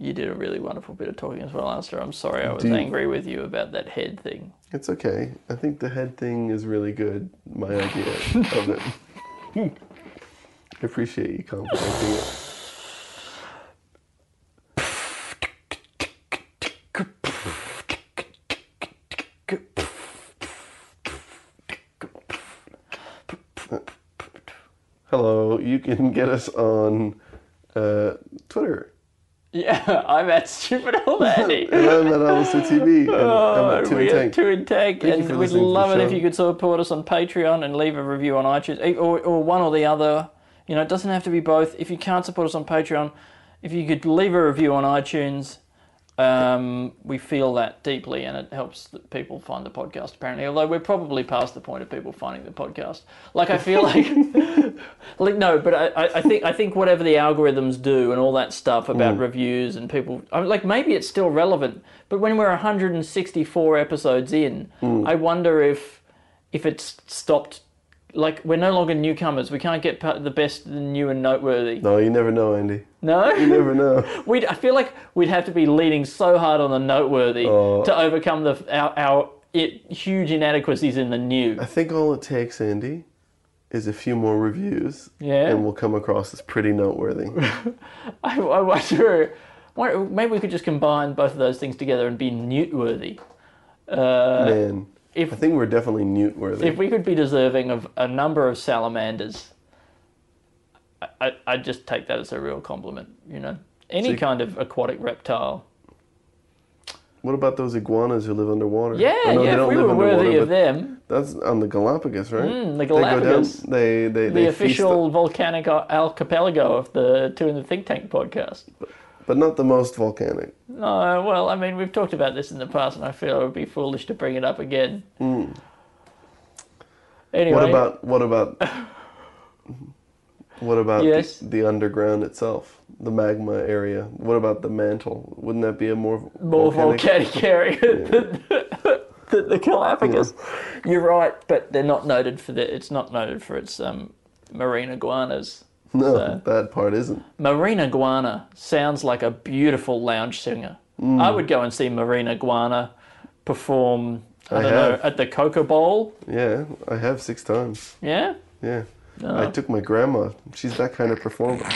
[SPEAKER 3] You did a really wonderful bit of talking as well, Alistair. I'm sorry I was
[SPEAKER 4] Do-
[SPEAKER 3] angry with you about that head thing.
[SPEAKER 4] It's okay. I think the head thing is really good. My idea of it. I appreciate you complimenting it. Hello, you can get us on uh, Twitter.
[SPEAKER 3] Yeah, I'm at stupid old Andy.
[SPEAKER 4] And I'm at Alistair TV. And I'm at
[SPEAKER 3] Oh, we
[SPEAKER 4] Tim
[SPEAKER 3] had
[SPEAKER 4] Tank.
[SPEAKER 3] two in tank,
[SPEAKER 4] Thank you for
[SPEAKER 3] and we'd
[SPEAKER 4] listening to the
[SPEAKER 3] love it if
[SPEAKER 4] show.
[SPEAKER 3] you could support us on Patreon and leave a review on iTunes, eh, or, or one or the other. You know, it doesn't have to be both. If you can't support us on Patreon, if you could leave a review on iTunes, um, we feel that deeply, and it helps that people find the podcast. Apparently, although we're probably past the point of people finding the podcast. Like I feel like. Like no, but I, I- I think I think whatever the algorithms do and all that stuff about
[SPEAKER 4] Mm.
[SPEAKER 3] reviews and people, I mean, like maybe it's still relevant. But when we're 164 episodes in,
[SPEAKER 4] Mm.
[SPEAKER 3] I wonder if if it's stopped. Like we're no longer newcomers. We can't get pa- the best, the new and noteworthy.
[SPEAKER 4] No, you never know, Andy.
[SPEAKER 3] No,
[SPEAKER 4] You never know.
[SPEAKER 3] we'd. I feel like we'd have to be leaning so hard on the noteworthy
[SPEAKER 4] Oh.
[SPEAKER 3] to overcome the our, our it, huge inadequacies in the new.
[SPEAKER 4] I think all it takes, Andy, is a few more reviews.
[SPEAKER 3] Yeah.
[SPEAKER 4] And we'll come across as pretty noteworthy.
[SPEAKER 3] I, I wonder, wonder. Maybe we could just combine both of those things together and be newtworthy.
[SPEAKER 4] Man.
[SPEAKER 3] Uh, if-
[SPEAKER 4] I think we're definitely newt worthy.
[SPEAKER 3] If we could be deserving of a number of salamanders, I, I, I'd just take that as a real compliment. You know, any
[SPEAKER 4] So you-
[SPEAKER 3] kind of aquatic reptile.
[SPEAKER 4] what about those iguanas who live underwater?
[SPEAKER 3] Yeah,
[SPEAKER 4] I know they
[SPEAKER 3] yeah. If
[SPEAKER 4] don't
[SPEAKER 3] we
[SPEAKER 4] live
[SPEAKER 3] were worthy
[SPEAKER 4] underwater,
[SPEAKER 3] of
[SPEAKER 4] but
[SPEAKER 3] them,
[SPEAKER 4] That's on the Galapagos, right?
[SPEAKER 3] Mm, the Galapagos.
[SPEAKER 4] They go down. They they
[SPEAKER 3] the
[SPEAKER 4] they
[SPEAKER 3] official
[SPEAKER 4] Feast,
[SPEAKER 3] volcanic al- archipelago of the Two in the Think Tank podcast.
[SPEAKER 4] but not the most volcanic.
[SPEAKER 3] No, well, I mean, we've talked about this in the past, and I feel it would be foolish to bring it up again. Anyway,
[SPEAKER 4] Hmm. What about what about what about
[SPEAKER 3] Yes.
[SPEAKER 4] the, the underground itself, the magma area? What about the mantle? Wouldn't that be a more
[SPEAKER 3] more volcanic area than, than the Galapagos. You're right, but they're not noted for the. It's not noted for its um, marine iguanas.
[SPEAKER 4] No, that part isn't.
[SPEAKER 3] Marine iguana sounds like a beautiful lounge singer. I would go and see Marine iguana perform. I,
[SPEAKER 4] I
[SPEAKER 3] don't
[SPEAKER 4] have.
[SPEAKER 3] know at the Cocoa Bowl.
[SPEAKER 4] Yeah, I have six times.
[SPEAKER 3] Yeah.
[SPEAKER 4] Yeah. I took my grandma. She's that kind of performer.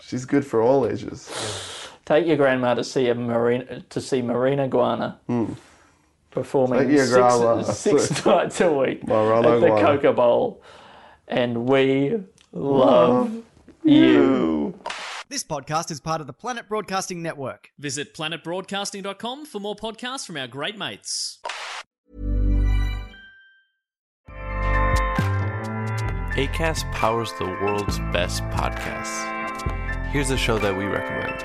[SPEAKER 4] She's good for all ages.
[SPEAKER 3] Take your grandma to see a marine to see marine iguana performing
[SPEAKER 4] Hmm. Take your grandma.
[SPEAKER 3] six, six nights a week
[SPEAKER 4] Marine
[SPEAKER 3] at the
[SPEAKER 4] iguana.
[SPEAKER 3] Coca Bowl, and we love you.
[SPEAKER 1] This podcast is part of the Planet Broadcasting Network.
[SPEAKER 2] Visit planetbroadcasting.com for more podcasts from our great mates.
[SPEAKER 5] ACAST powers the world's best podcasts. Here's a show that we recommend.